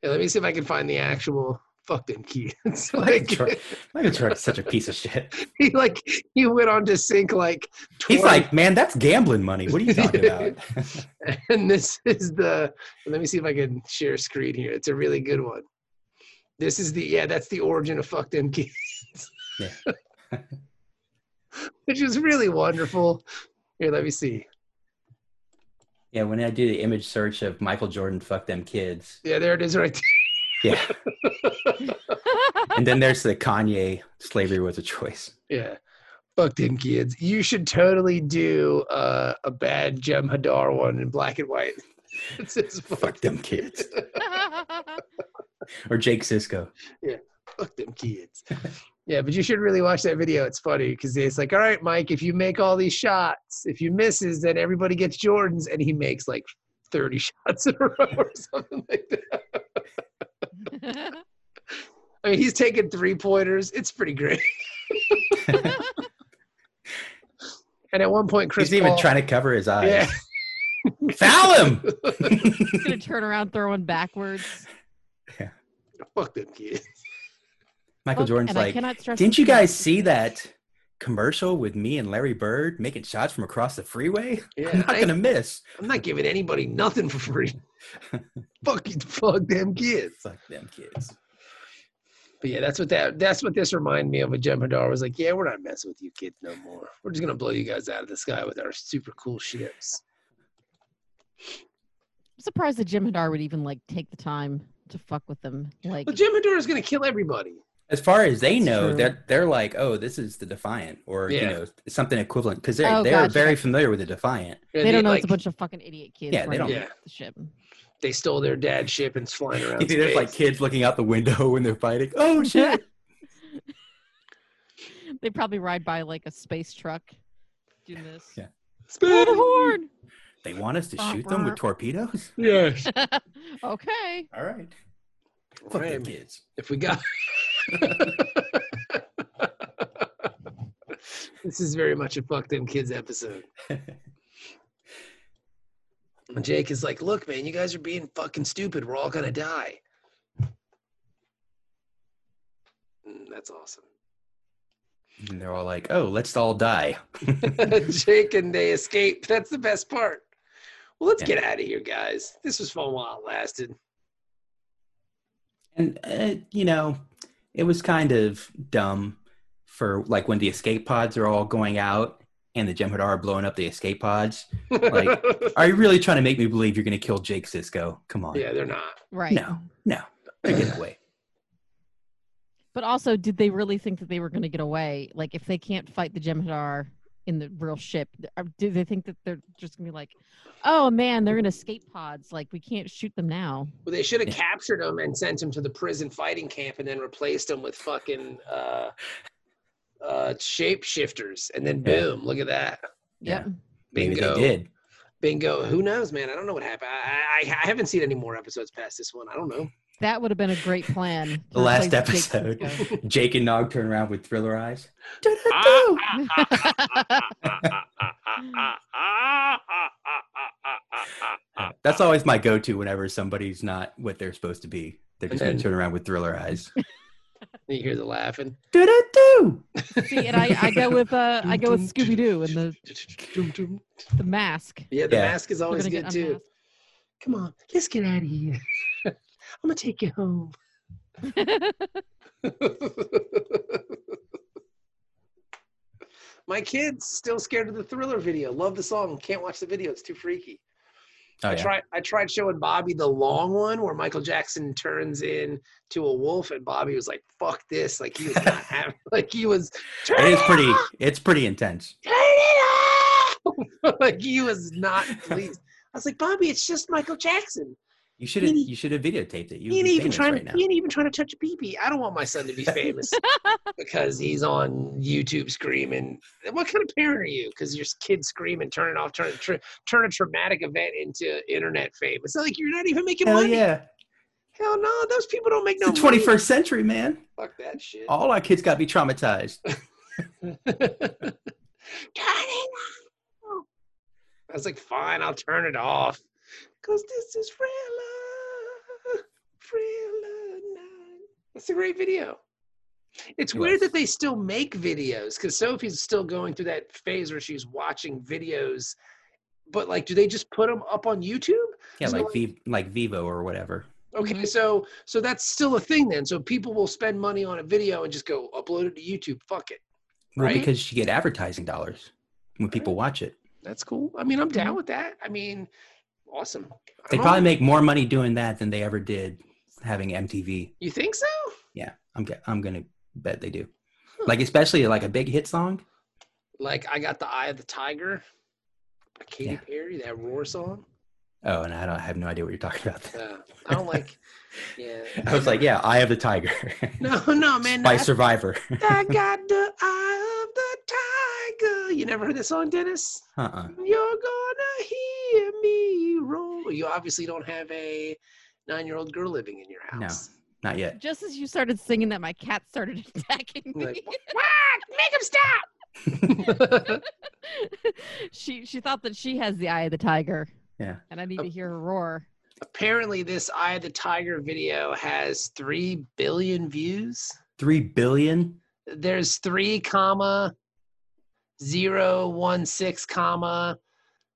Speaker 4: here, let me see if I can find the actual "fuck them kids."
Speaker 3: Michael
Speaker 4: like,
Speaker 3: Jordan, Michael Jordan's such a piece of shit.
Speaker 4: he like he went on to sink like. 20,
Speaker 3: He's like, man, that's gambling money. What are you talking about?
Speaker 4: and this is the. Let me see if I can share screen here. It's a really good one. This is the yeah. That's the origin of "fuck them kids,"
Speaker 3: Yeah.
Speaker 4: which is really wonderful. Here, let me see.
Speaker 3: yeah, when I do the image search of Michael Jordan, fuck them kids.
Speaker 4: Yeah, there it is right
Speaker 3: Yeah, and then there's the Kanye, slavery was a choice.
Speaker 4: Yeah. Fuck them kids. You should totally do uh, a bad Jem Hadar one in black and white. It says fuck,
Speaker 3: Fuck them kids. Or Jake Sisko.
Speaker 4: fuck them kids. yeah, but you should really watch that video. It's funny because it's like, all right, Mike, if you make all these shots, if you misses, then everybody gets Jordans, and he makes like 30 shots in a row or something like that. I mean, he's taking three pointers. It's pretty great. and at one point, Chris
Speaker 3: He's even
Speaker 4: Paul-
Speaker 3: trying to cover his eyes.
Speaker 4: Yeah.
Speaker 3: Foul him!
Speaker 5: He's gonna turn around, throw one backwards.
Speaker 4: Fuck them kids.
Speaker 3: Michael
Speaker 5: Fuck,
Speaker 3: Jordan's
Speaker 5: and I
Speaker 3: like,
Speaker 5: cannot stress
Speaker 3: didn't
Speaker 5: this
Speaker 3: you
Speaker 5: enough.
Speaker 3: guys see that commercial with me and Larry Bird making shots from across the freeway?
Speaker 4: Yeah,
Speaker 3: I'm not
Speaker 4: I-
Speaker 3: going to miss.
Speaker 4: I'm not giving anybody nothing for free. fuck you, fuck them kids.
Speaker 3: Fuck them kids.
Speaker 4: But yeah, that's what that that's what this reminded me of. With Jim Hadar was like, yeah, we're not messing with you kids no more. We're just gonna blow you guys out of the sky with our super cool ships.
Speaker 5: I'm surprised that Jim Hadar would even like take the time to fuck with them. Like,
Speaker 4: But Jim Hadar is gonna kill everybody.
Speaker 3: As far as they
Speaker 5: That's
Speaker 3: know,
Speaker 5: true.
Speaker 3: they're they're like, oh, this is the Defiant, or you
Speaker 4: Yeah.
Speaker 3: know, something equivalent, because they're
Speaker 5: Oh,
Speaker 3: they're
Speaker 5: gotcha.
Speaker 3: very familiar with the Defiant.
Speaker 4: And
Speaker 5: they don't know
Speaker 4: like,
Speaker 5: it's a bunch of fucking idiot kids.
Speaker 3: Yeah, they
Speaker 5: running
Speaker 4: don't- Yeah.
Speaker 5: the ship.
Speaker 4: They stole their dad's ship and it's flying around.
Speaker 3: You see, there's
Speaker 4: space.
Speaker 3: like kids looking out the window when they're fighting. Oh shit!
Speaker 5: They probably ride by like a space truck doing this.
Speaker 3: Yeah.
Speaker 5: Blow the
Speaker 4: Space.
Speaker 5: horn.
Speaker 3: they want us to shoot them with torpedoes.
Speaker 4: Yes.
Speaker 5: okay.
Speaker 3: All right, fuck them
Speaker 4: Right.
Speaker 3: kids.
Speaker 4: If we got this is very much a fuck them kids episode. And Jake is like, look, man, you guys are being fucking stupid. We're all gonna die. Mm, that's awesome.
Speaker 3: And they're all like, oh, let's all die.
Speaker 4: Jake and they escape. That's the best part. Well, let's
Speaker 3: Yeah.
Speaker 4: get out of here, guys. This was fun while it lasted.
Speaker 3: And uh, you know, it was kind of dumb for like when the escape pods are all going out and the Jem'Hadar are blowing up the escape pods. Like, Are you really trying to make me believe you're going to kill Jake Sisko? Come on.
Speaker 4: yeah, they're not.
Speaker 5: Right.
Speaker 3: No, no, they're getting away.
Speaker 5: But also, did they really think that they were going to get away? Like, if they can't fight the Jem'Hadar in the real ship, th- uh, do they think that they're just going to be like, "Oh man, they're in escape pods. Like, we can't shoot them now."
Speaker 4: Well, they should have
Speaker 3: Yeah.
Speaker 4: captured him and sent him to the prison fighting camp and then replaced him with fucking uh, uh, shapeshifters. And then
Speaker 3: Yeah.
Speaker 4: boom, look at that.
Speaker 3: Yeah.
Speaker 5: Yep.
Speaker 3: Maybe
Speaker 4: Bingo.
Speaker 3: they did.
Speaker 4: Bingo. Who knows, man? I don't know what happened. I, I, I haven't seen any more episodes past this one. I don't know.
Speaker 5: That would have been a great plan. to
Speaker 3: The last
Speaker 5: replace Jake
Speaker 3: episode.
Speaker 5: Sisko.
Speaker 3: Jake and Nog turn around with thriller eyes. That's always my go to whenever somebody's not what they're supposed to be. They're just
Speaker 4: Mm-hmm.
Speaker 3: going to turn around with thriller eyes. Oh,
Speaker 4: You hear the laughing.
Speaker 3: Do-do-do!
Speaker 5: See, and I, I go with uh, I go with Scooby Doo and the the mask.
Speaker 4: Yeah, the
Speaker 3: Yeah.
Speaker 4: mask is
Speaker 5: They're
Speaker 4: always
Speaker 5: gonna
Speaker 4: good
Speaker 5: get
Speaker 4: too. Come on, let's get out of here. I'm gonna take you home.
Speaker 5: unmasked.
Speaker 4: My kid's still scared of the thriller video. Love the song. Can't watch the video. It's too freaky.
Speaker 3: Oh,
Speaker 4: I
Speaker 3: yeah.
Speaker 4: tried I tried showing Bobby the long one where Michael Jackson turns in to a wolf and Bobby was like, fuck this. Like he was not having like he was turn
Speaker 3: It is
Speaker 4: off!
Speaker 3: pretty. It's pretty intense.
Speaker 4: turn it off. like he was not pleased. I was like, Bobby, it's just Michael Jackson.
Speaker 3: You should have.
Speaker 4: Meaning-
Speaker 3: You should have videotaped it. You
Speaker 4: He ain't even trying.
Speaker 3: right now.
Speaker 4: he ain't even trying to touch a pee pee. I don't want my son to be famous because he's on YouTube screaming. What kind of parent are you? Because your kid screaming, turning off, turn, tr- turn a traumatic event into internet fame. It's like you're not even making
Speaker 3: Hell
Speaker 4: money.
Speaker 3: yeah!
Speaker 4: Hell no, those people don't make
Speaker 3: It's
Speaker 4: no
Speaker 3: the Oh.
Speaker 4: money.
Speaker 3: 21st century, man.
Speaker 4: Fuck that shit.
Speaker 3: All our kids got to be traumatized.
Speaker 4: turn it off. I was like, fine, I'll turn it off. Because this is Thriller. Thriller Night. That's a great video. It's
Speaker 3: It
Speaker 4: weird
Speaker 3: was.
Speaker 4: that they still make videos because Sophie's still going through that phase where she's watching videos. But like, do they just put them up on YouTube?
Speaker 3: Yeah,
Speaker 4: So,
Speaker 3: like
Speaker 4: like-
Speaker 3: v- like Vivo or whatever.
Speaker 4: Okay,
Speaker 3: Mm-hmm.
Speaker 5: Mhm.
Speaker 4: so so that's still a thing then. So people will spend money on a video and just go upload it to YouTube. Fuck it.
Speaker 3: Well,
Speaker 4: Right.
Speaker 3: because you get advertising dollars when people watch it.
Speaker 4: That's cool. I mean, I'm down with that. I mean, awesome.
Speaker 3: Mm-hmm. They
Speaker 4: I'm
Speaker 3: probably
Speaker 4: on-
Speaker 3: make more money doing that than they ever did having MTV.
Speaker 4: You think so?
Speaker 3: Yeah, I'm ge- I'm gonna bet they do. Like especially like a big hit song.
Speaker 4: Like I got the Eye of the Tiger by Katy
Speaker 3: Yeah.
Speaker 4: Perry, that roar song.
Speaker 3: Oh, and I don't I have no idea what you're talking about.
Speaker 4: Uh, I don't like. Yeah.
Speaker 3: I was like, yeah, Eye of the Tiger
Speaker 4: No, no, man.
Speaker 3: by
Speaker 4: I,
Speaker 3: Survivor.
Speaker 4: I got the Eye of the Tiger. You never heard that song, Dennis?
Speaker 3: Uh-uh.
Speaker 4: You're gonna hear me roar. You obviously don't have a nine-year-old girl living in your
Speaker 3: No.
Speaker 4: house.
Speaker 3: Not yet.
Speaker 5: Just as you started singing that, my cat started attacking
Speaker 4: I'm
Speaker 5: me.
Speaker 4: Like, what? Make him stop.
Speaker 5: she she thought that she has the eye of the tiger.
Speaker 3: Yeah.
Speaker 5: And I need
Speaker 4: Oh.
Speaker 5: to hear her roar.
Speaker 4: apparently this eye of the tiger video has 3 billion views
Speaker 3: Three billion.
Speaker 4: there's 3 comma 016 comma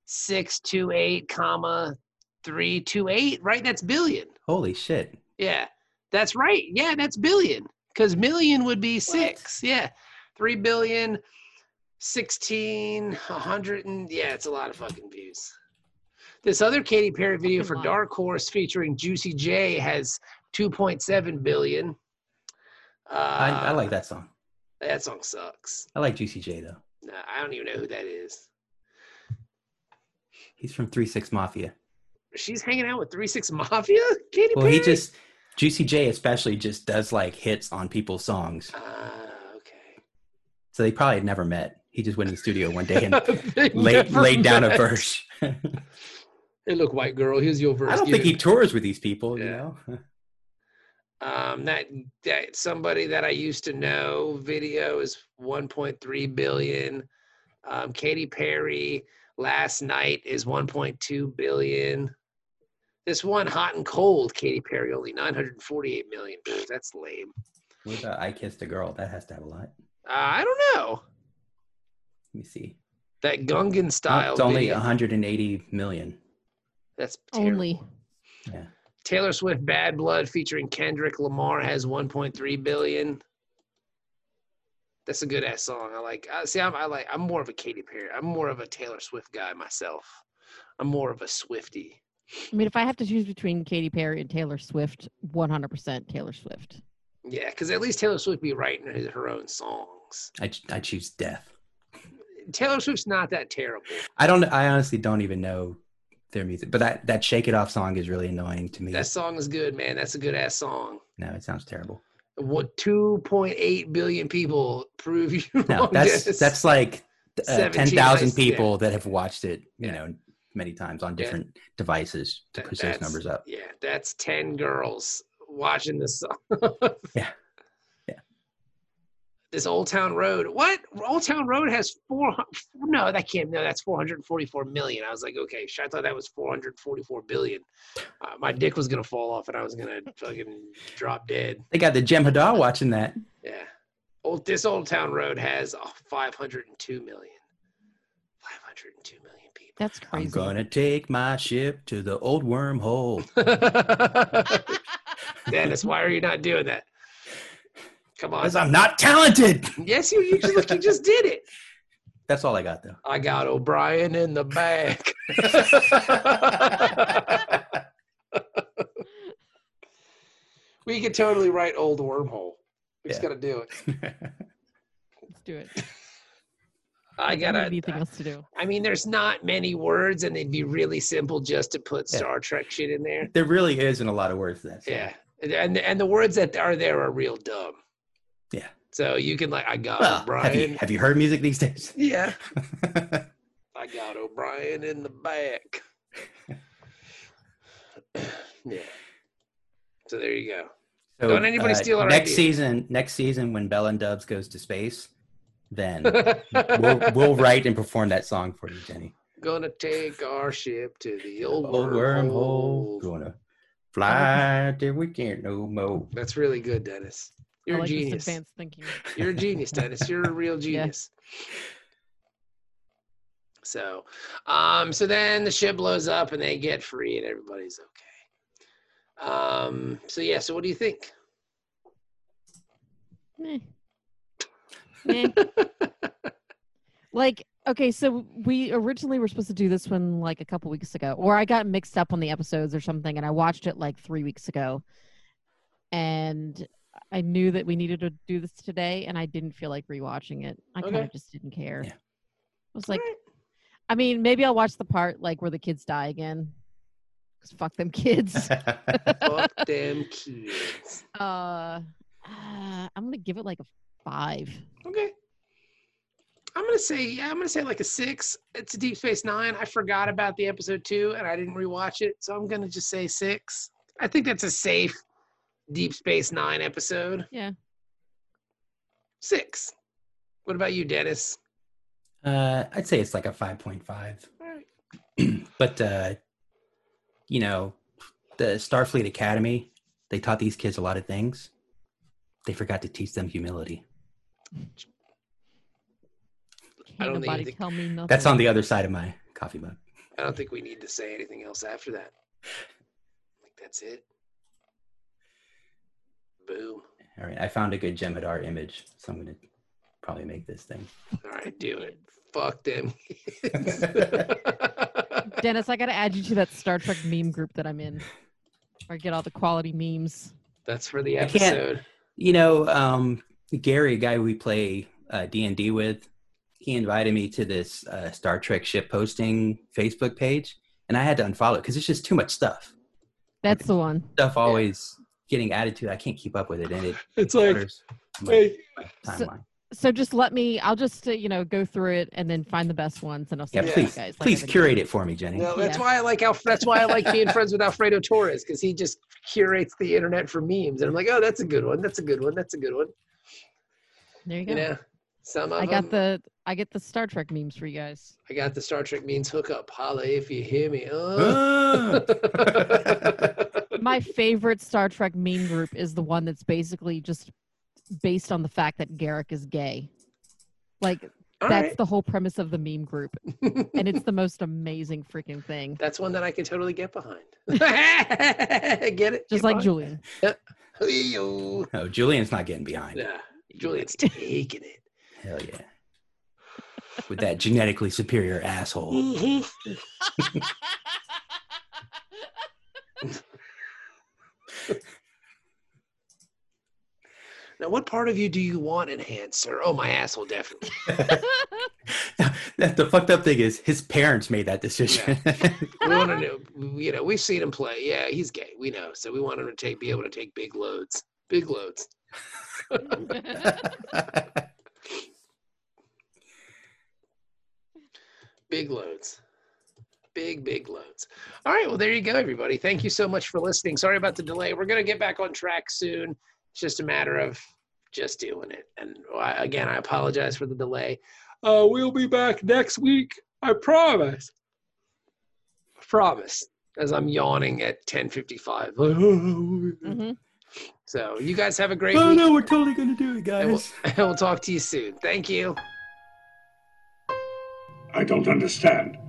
Speaker 4: 628 comma 328 right that's billion
Speaker 3: Holy shit.
Speaker 4: yeah that's right yeah that's billion because million would be six yeah 3 billion 16 100 and yeah it's a lot of fucking views this other Katy Perry video
Speaker 5: Fucking
Speaker 4: for
Speaker 5: lot.
Speaker 4: Dark Horse featuring Juicy J has 2.7 billion. Uh,
Speaker 3: I, I like that song.
Speaker 4: that song sucks.
Speaker 3: I like Juicy J though.
Speaker 4: Nah, I don't even know who that is.
Speaker 3: He's from Three Six Mafia.
Speaker 4: She's hanging out with Three Six Mafia. Katy
Speaker 3: Well,
Speaker 4: Perry.
Speaker 3: he just Juicy J especially just does like hits on people's songs.
Speaker 4: Ah, okay.
Speaker 3: So they probably had never met. He just went in the studio one day and
Speaker 4: They
Speaker 3: laid
Speaker 4: never
Speaker 3: laid down a
Speaker 4: met.
Speaker 3: verse. I
Speaker 4: Hey, look, white girl. Here's your verse.
Speaker 3: don't
Speaker 4: Get
Speaker 3: think
Speaker 4: it.
Speaker 3: he tours with these people, you
Speaker 4: Yeah.
Speaker 3: know.
Speaker 4: um that that somebody that i used to know video is 1.3 billion um katy perry last night is 1.2 billion this one hot and cold katy perry only 948 million Pfft, that's lame
Speaker 3: What about I Kissed a Girl? That has to have a lot.
Speaker 4: uh, i don't know
Speaker 3: Let me see.
Speaker 4: that gungan style
Speaker 3: it's only
Speaker 4: video,
Speaker 3: 180 million.
Speaker 4: that's
Speaker 5: Only.
Speaker 4: terrible.
Speaker 3: Yeah.
Speaker 4: taylor swift bad blood featuring kendrick lamar has 1.3 billion That's a good ass song. I like. I see. I'm. I like. I'm more of a Katy Perry. I'm more of a Taylor Swift guy myself. I'm more of a Swifty.
Speaker 5: I mean, if I have to choose between Katy Perry and Taylor Swift, 100% Taylor Swift.
Speaker 4: Yeah, because at least Taylor Swift be writing her, her own songs.
Speaker 3: I, ch- I choose death.
Speaker 4: Taylor Swift's not that terrible.
Speaker 3: I don't. I honestly don't even know their music. But that that Shake It Off song is really annoying to me.
Speaker 4: That song is good, man. That's a good ass song.
Speaker 3: no, it sounds terrible.
Speaker 4: What 2.8 billion people prove you
Speaker 3: No,
Speaker 4: wrong?
Speaker 3: that's
Speaker 4: Dennis.
Speaker 3: that's like uh,
Speaker 4: 17
Speaker 3: 10,000
Speaker 4: nights there.
Speaker 3: people that have watched it. You
Speaker 4: Yeah.
Speaker 3: know, many times on
Speaker 4: Yeah.
Speaker 3: different devices to
Speaker 4: That-
Speaker 3: push those
Speaker 4: that's-
Speaker 3: numbers up.
Speaker 4: Yeah, that's ten girls watching this.
Speaker 3: Yeah. Yeah.
Speaker 4: This Old Town Road. What Old Town Road has four? No, that can't. No, that's four hundred forty-four million. I was like, okay, shit, I thought that was four hundred forty-four billion. Uh, my dick was gonna fall off, and I was gonna fucking drop dead.
Speaker 3: They got the Jem Hadar watching that.
Speaker 4: Yeah. Old this Old Town Road has uh, five hundred and two million. Five hundred and two million people.
Speaker 5: That's crazy.
Speaker 3: I'm gonna take my ship to the old wormhole.
Speaker 4: Dennis, why are you not doing that? Come on.
Speaker 3: Because I'm not talented.
Speaker 4: yes, you, you just look, you just did it.
Speaker 3: That's all I got though.
Speaker 4: I got O'Brien in the back. we could totally write old wormhole. We just
Speaker 3: Yeah.
Speaker 4: gotta do it.
Speaker 5: Let's do it.
Speaker 4: I
Speaker 5: I don't have
Speaker 4: gotta.
Speaker 5: anything else to do.
Speaker 4: I mean, there's not many words, and they'd be really simple just to put
Speaker 3: Yeah.
Speaker 4: Star Trek shit in there.
Speaker 3: there really isn't a lot of words to that. so-
Speaker 4: Yeah, and and, and the words that are there are real dumb.
Speaker 3: Yeah.
Speaker 4: So you can like, I got
Speaker 3: Well, have
Speaker 4: O'Brien.
Speaker 3: you have you heard music these days?
Speaker 4: Yeah. I got O'Brien in the back. yeah. So there you go.
Speaker 3: So, uh,
Speaker 4: Don't anybody steal our
Speaker 3: next
Speaker 4: idea.
Speaker 3: season. Next season, when Bell and Dubs goes to space, then we'll, we'll write and perform that song for you, Jenny.
Speaker 4: Gonna take our ship to the old,
Speaker 3: Old wormhole,
Speaker 4: wormhole.
Speaker 3: gonna fly till we can't no more.
Speaker 4: That's really good, Dennis. You're
Speaker 5: I like
Speaker 4: a
Speaker 5: this
Speaker 4: genius.
Speaker 5: advanced thinking.
Speaker 4: You're a genius, Dennis. You're a real genius. So, um, so then the ship blows up and they get free and everybody's okay. Um, so yeah. So what do you think?
Speaker 5: Meh. Meh. like okay so we originally were supposed to do this one like a couple weeks ago or i got mixed up on the episodes or something and i watched it like three weeks ago and i knew that we needed to do this today and i didn't feel like rewatching it i kind
Speaker 4: Okay.
Speaker 5: of just didn't care
Speaker 3: Yeah.
Speaker 5: i was like i mean maybe i'll watch the part like where the kids die again 'Cause fuck them kids
Speaker 4: Fuck them kids.
Speaker 5: uh, uh i'm gonna give it like a five
Speaker 4: Okay. I'm gonna say yeah. I'm gonna say like a six. It's a Deep Space Nine. I forgot about the episode two, and I didn't rewatch it, so I'm gonna just say six. I think that's a safe Deep Space Nine episode.
Speaker 5: Yeah.
Speaker 4: Six. What about you, Dennis?
Speaker 3: uh, I'd say it's like a five point five,
Speaker 4: All right.
Speaker 3: but uh, you know, the Starfleet Academy, they taught these kids a lot of things. They forgot to teach them humility.
Speaker 5: Can't
Speaker 4: don't think
Speaker 5: nobody
Speaker 4: anything-
Speaker 5: tell me nothing.
Speaker 3: That's on the other side of my coffee mug.
Speaker 4: I don't think we need to say anything else after that. I think that's it. Boom.
Speaker 3: All right, I found a good Jem'Hadar image, so I'm gonna probably make this thing.
Speaker 4: All right, do it. Fuck them kids.
Speaker 5: Dennis, I gotta add you to that Star Trek meme group that I'm in. Or get all the quality memes.
Speaker 4: that's for the
Speaker 3: I can't-
Speaker 4: episode.
Speaker 3: You know, um, Gary, a guy we play uh, D and D with, he invited me to this uh, Star Trek ship posting Facebook page, and I had to unfollow because it's just too much stuff.
Speaker 5: That's the one.
Speaker 3: Stuff always getting added to. it. I can't keep up with it, and it
Speaker 4: It's like,
Speaker 3: clutters my
Speaker 4: hey,
Speaker 3: timeline.
Speaker 5: So just let me. I'll just uh, you know go through it and then find the best ones and I'll
Speaker 3: Yeah,
Speaker 5: send it to you
Speaker 3: please,
Speaker 5: guys. like
Speaker 3: please
Speaker 5: I've been
Speaker 3: curate it for me, Jenny.
Speaker 4: no, that's
Speaker 5: Yeah.
Speaker 4: why I like Alf- that's why I like being friends with Alfredo Torres because he just curates the internet for memes, and I'm like, oh, that's a good one, that's a good one, that's a good one.
Speaker 5: doing. There you go.
Speaker 4: You know, some of
Speaker 5: I got
Speaker 4: 'em-
Speaker 5: the I get the Star Trek memes for you guys.
Speaker 4: I got the Star Trek memes hookup. Holla if you hear me. Uh.
Speaker 3: Ah!
Speaker 5: My favorite Star Trek meme group is the one that's basically just based on the fact that Garrick is gay. Like
Speaker 4: All
Speaker 5: that's
Speaker 4: right.
Speaker 5: the whole premise of the meme group, and it's the most amazing freaking thing.
Speaker 4: That's one that I can totally get behind. get it?
Speaker 5: Just
Speaker 4: Get
Speaker 5: like
Speaker 4: behind?
Speaker 5: Julian.
Speaker 4: Hey-yo.
Speaker 3: no, Julian's not getting behind.
Speaker 4: Nah, Julian's taking it.
Speaker 3: Hell yeah. With that genetically superior asshole.
Speaker 4: Mhm. Now, what part of you do you want enhanced, sir? Oh, my asshole, definitely.
Speaker 3: the fucked up thing is his parents made that decision.
Speaker 4: We want to know, you know, we've seen him play. Yeah, he's gay. We know. So we want him to take, be able to take big loads. Big loads. Big loads. Big, big loads. All right. Well, there you go, everybody. Thank you so much for listening. Sorry about the delay. We're going to get back on track soon. It's just a matter of just doing it. And I- again, I apologize for the delay. Uh, we'll be back next week. I promise. I promise. As I'm yawning at 10:55.
Speaker 5: Mhm.
Speaker 4: So you guys have a great
Speaker 3: Oh
Speaker 4: week.
Speaker 3: no, we're totally gonna do it,
Speaker 4: I
Speaker 3: guys.
Speaker 4: will- we'll talk to you soon. Thank you.
Speaker 1: I don't understand.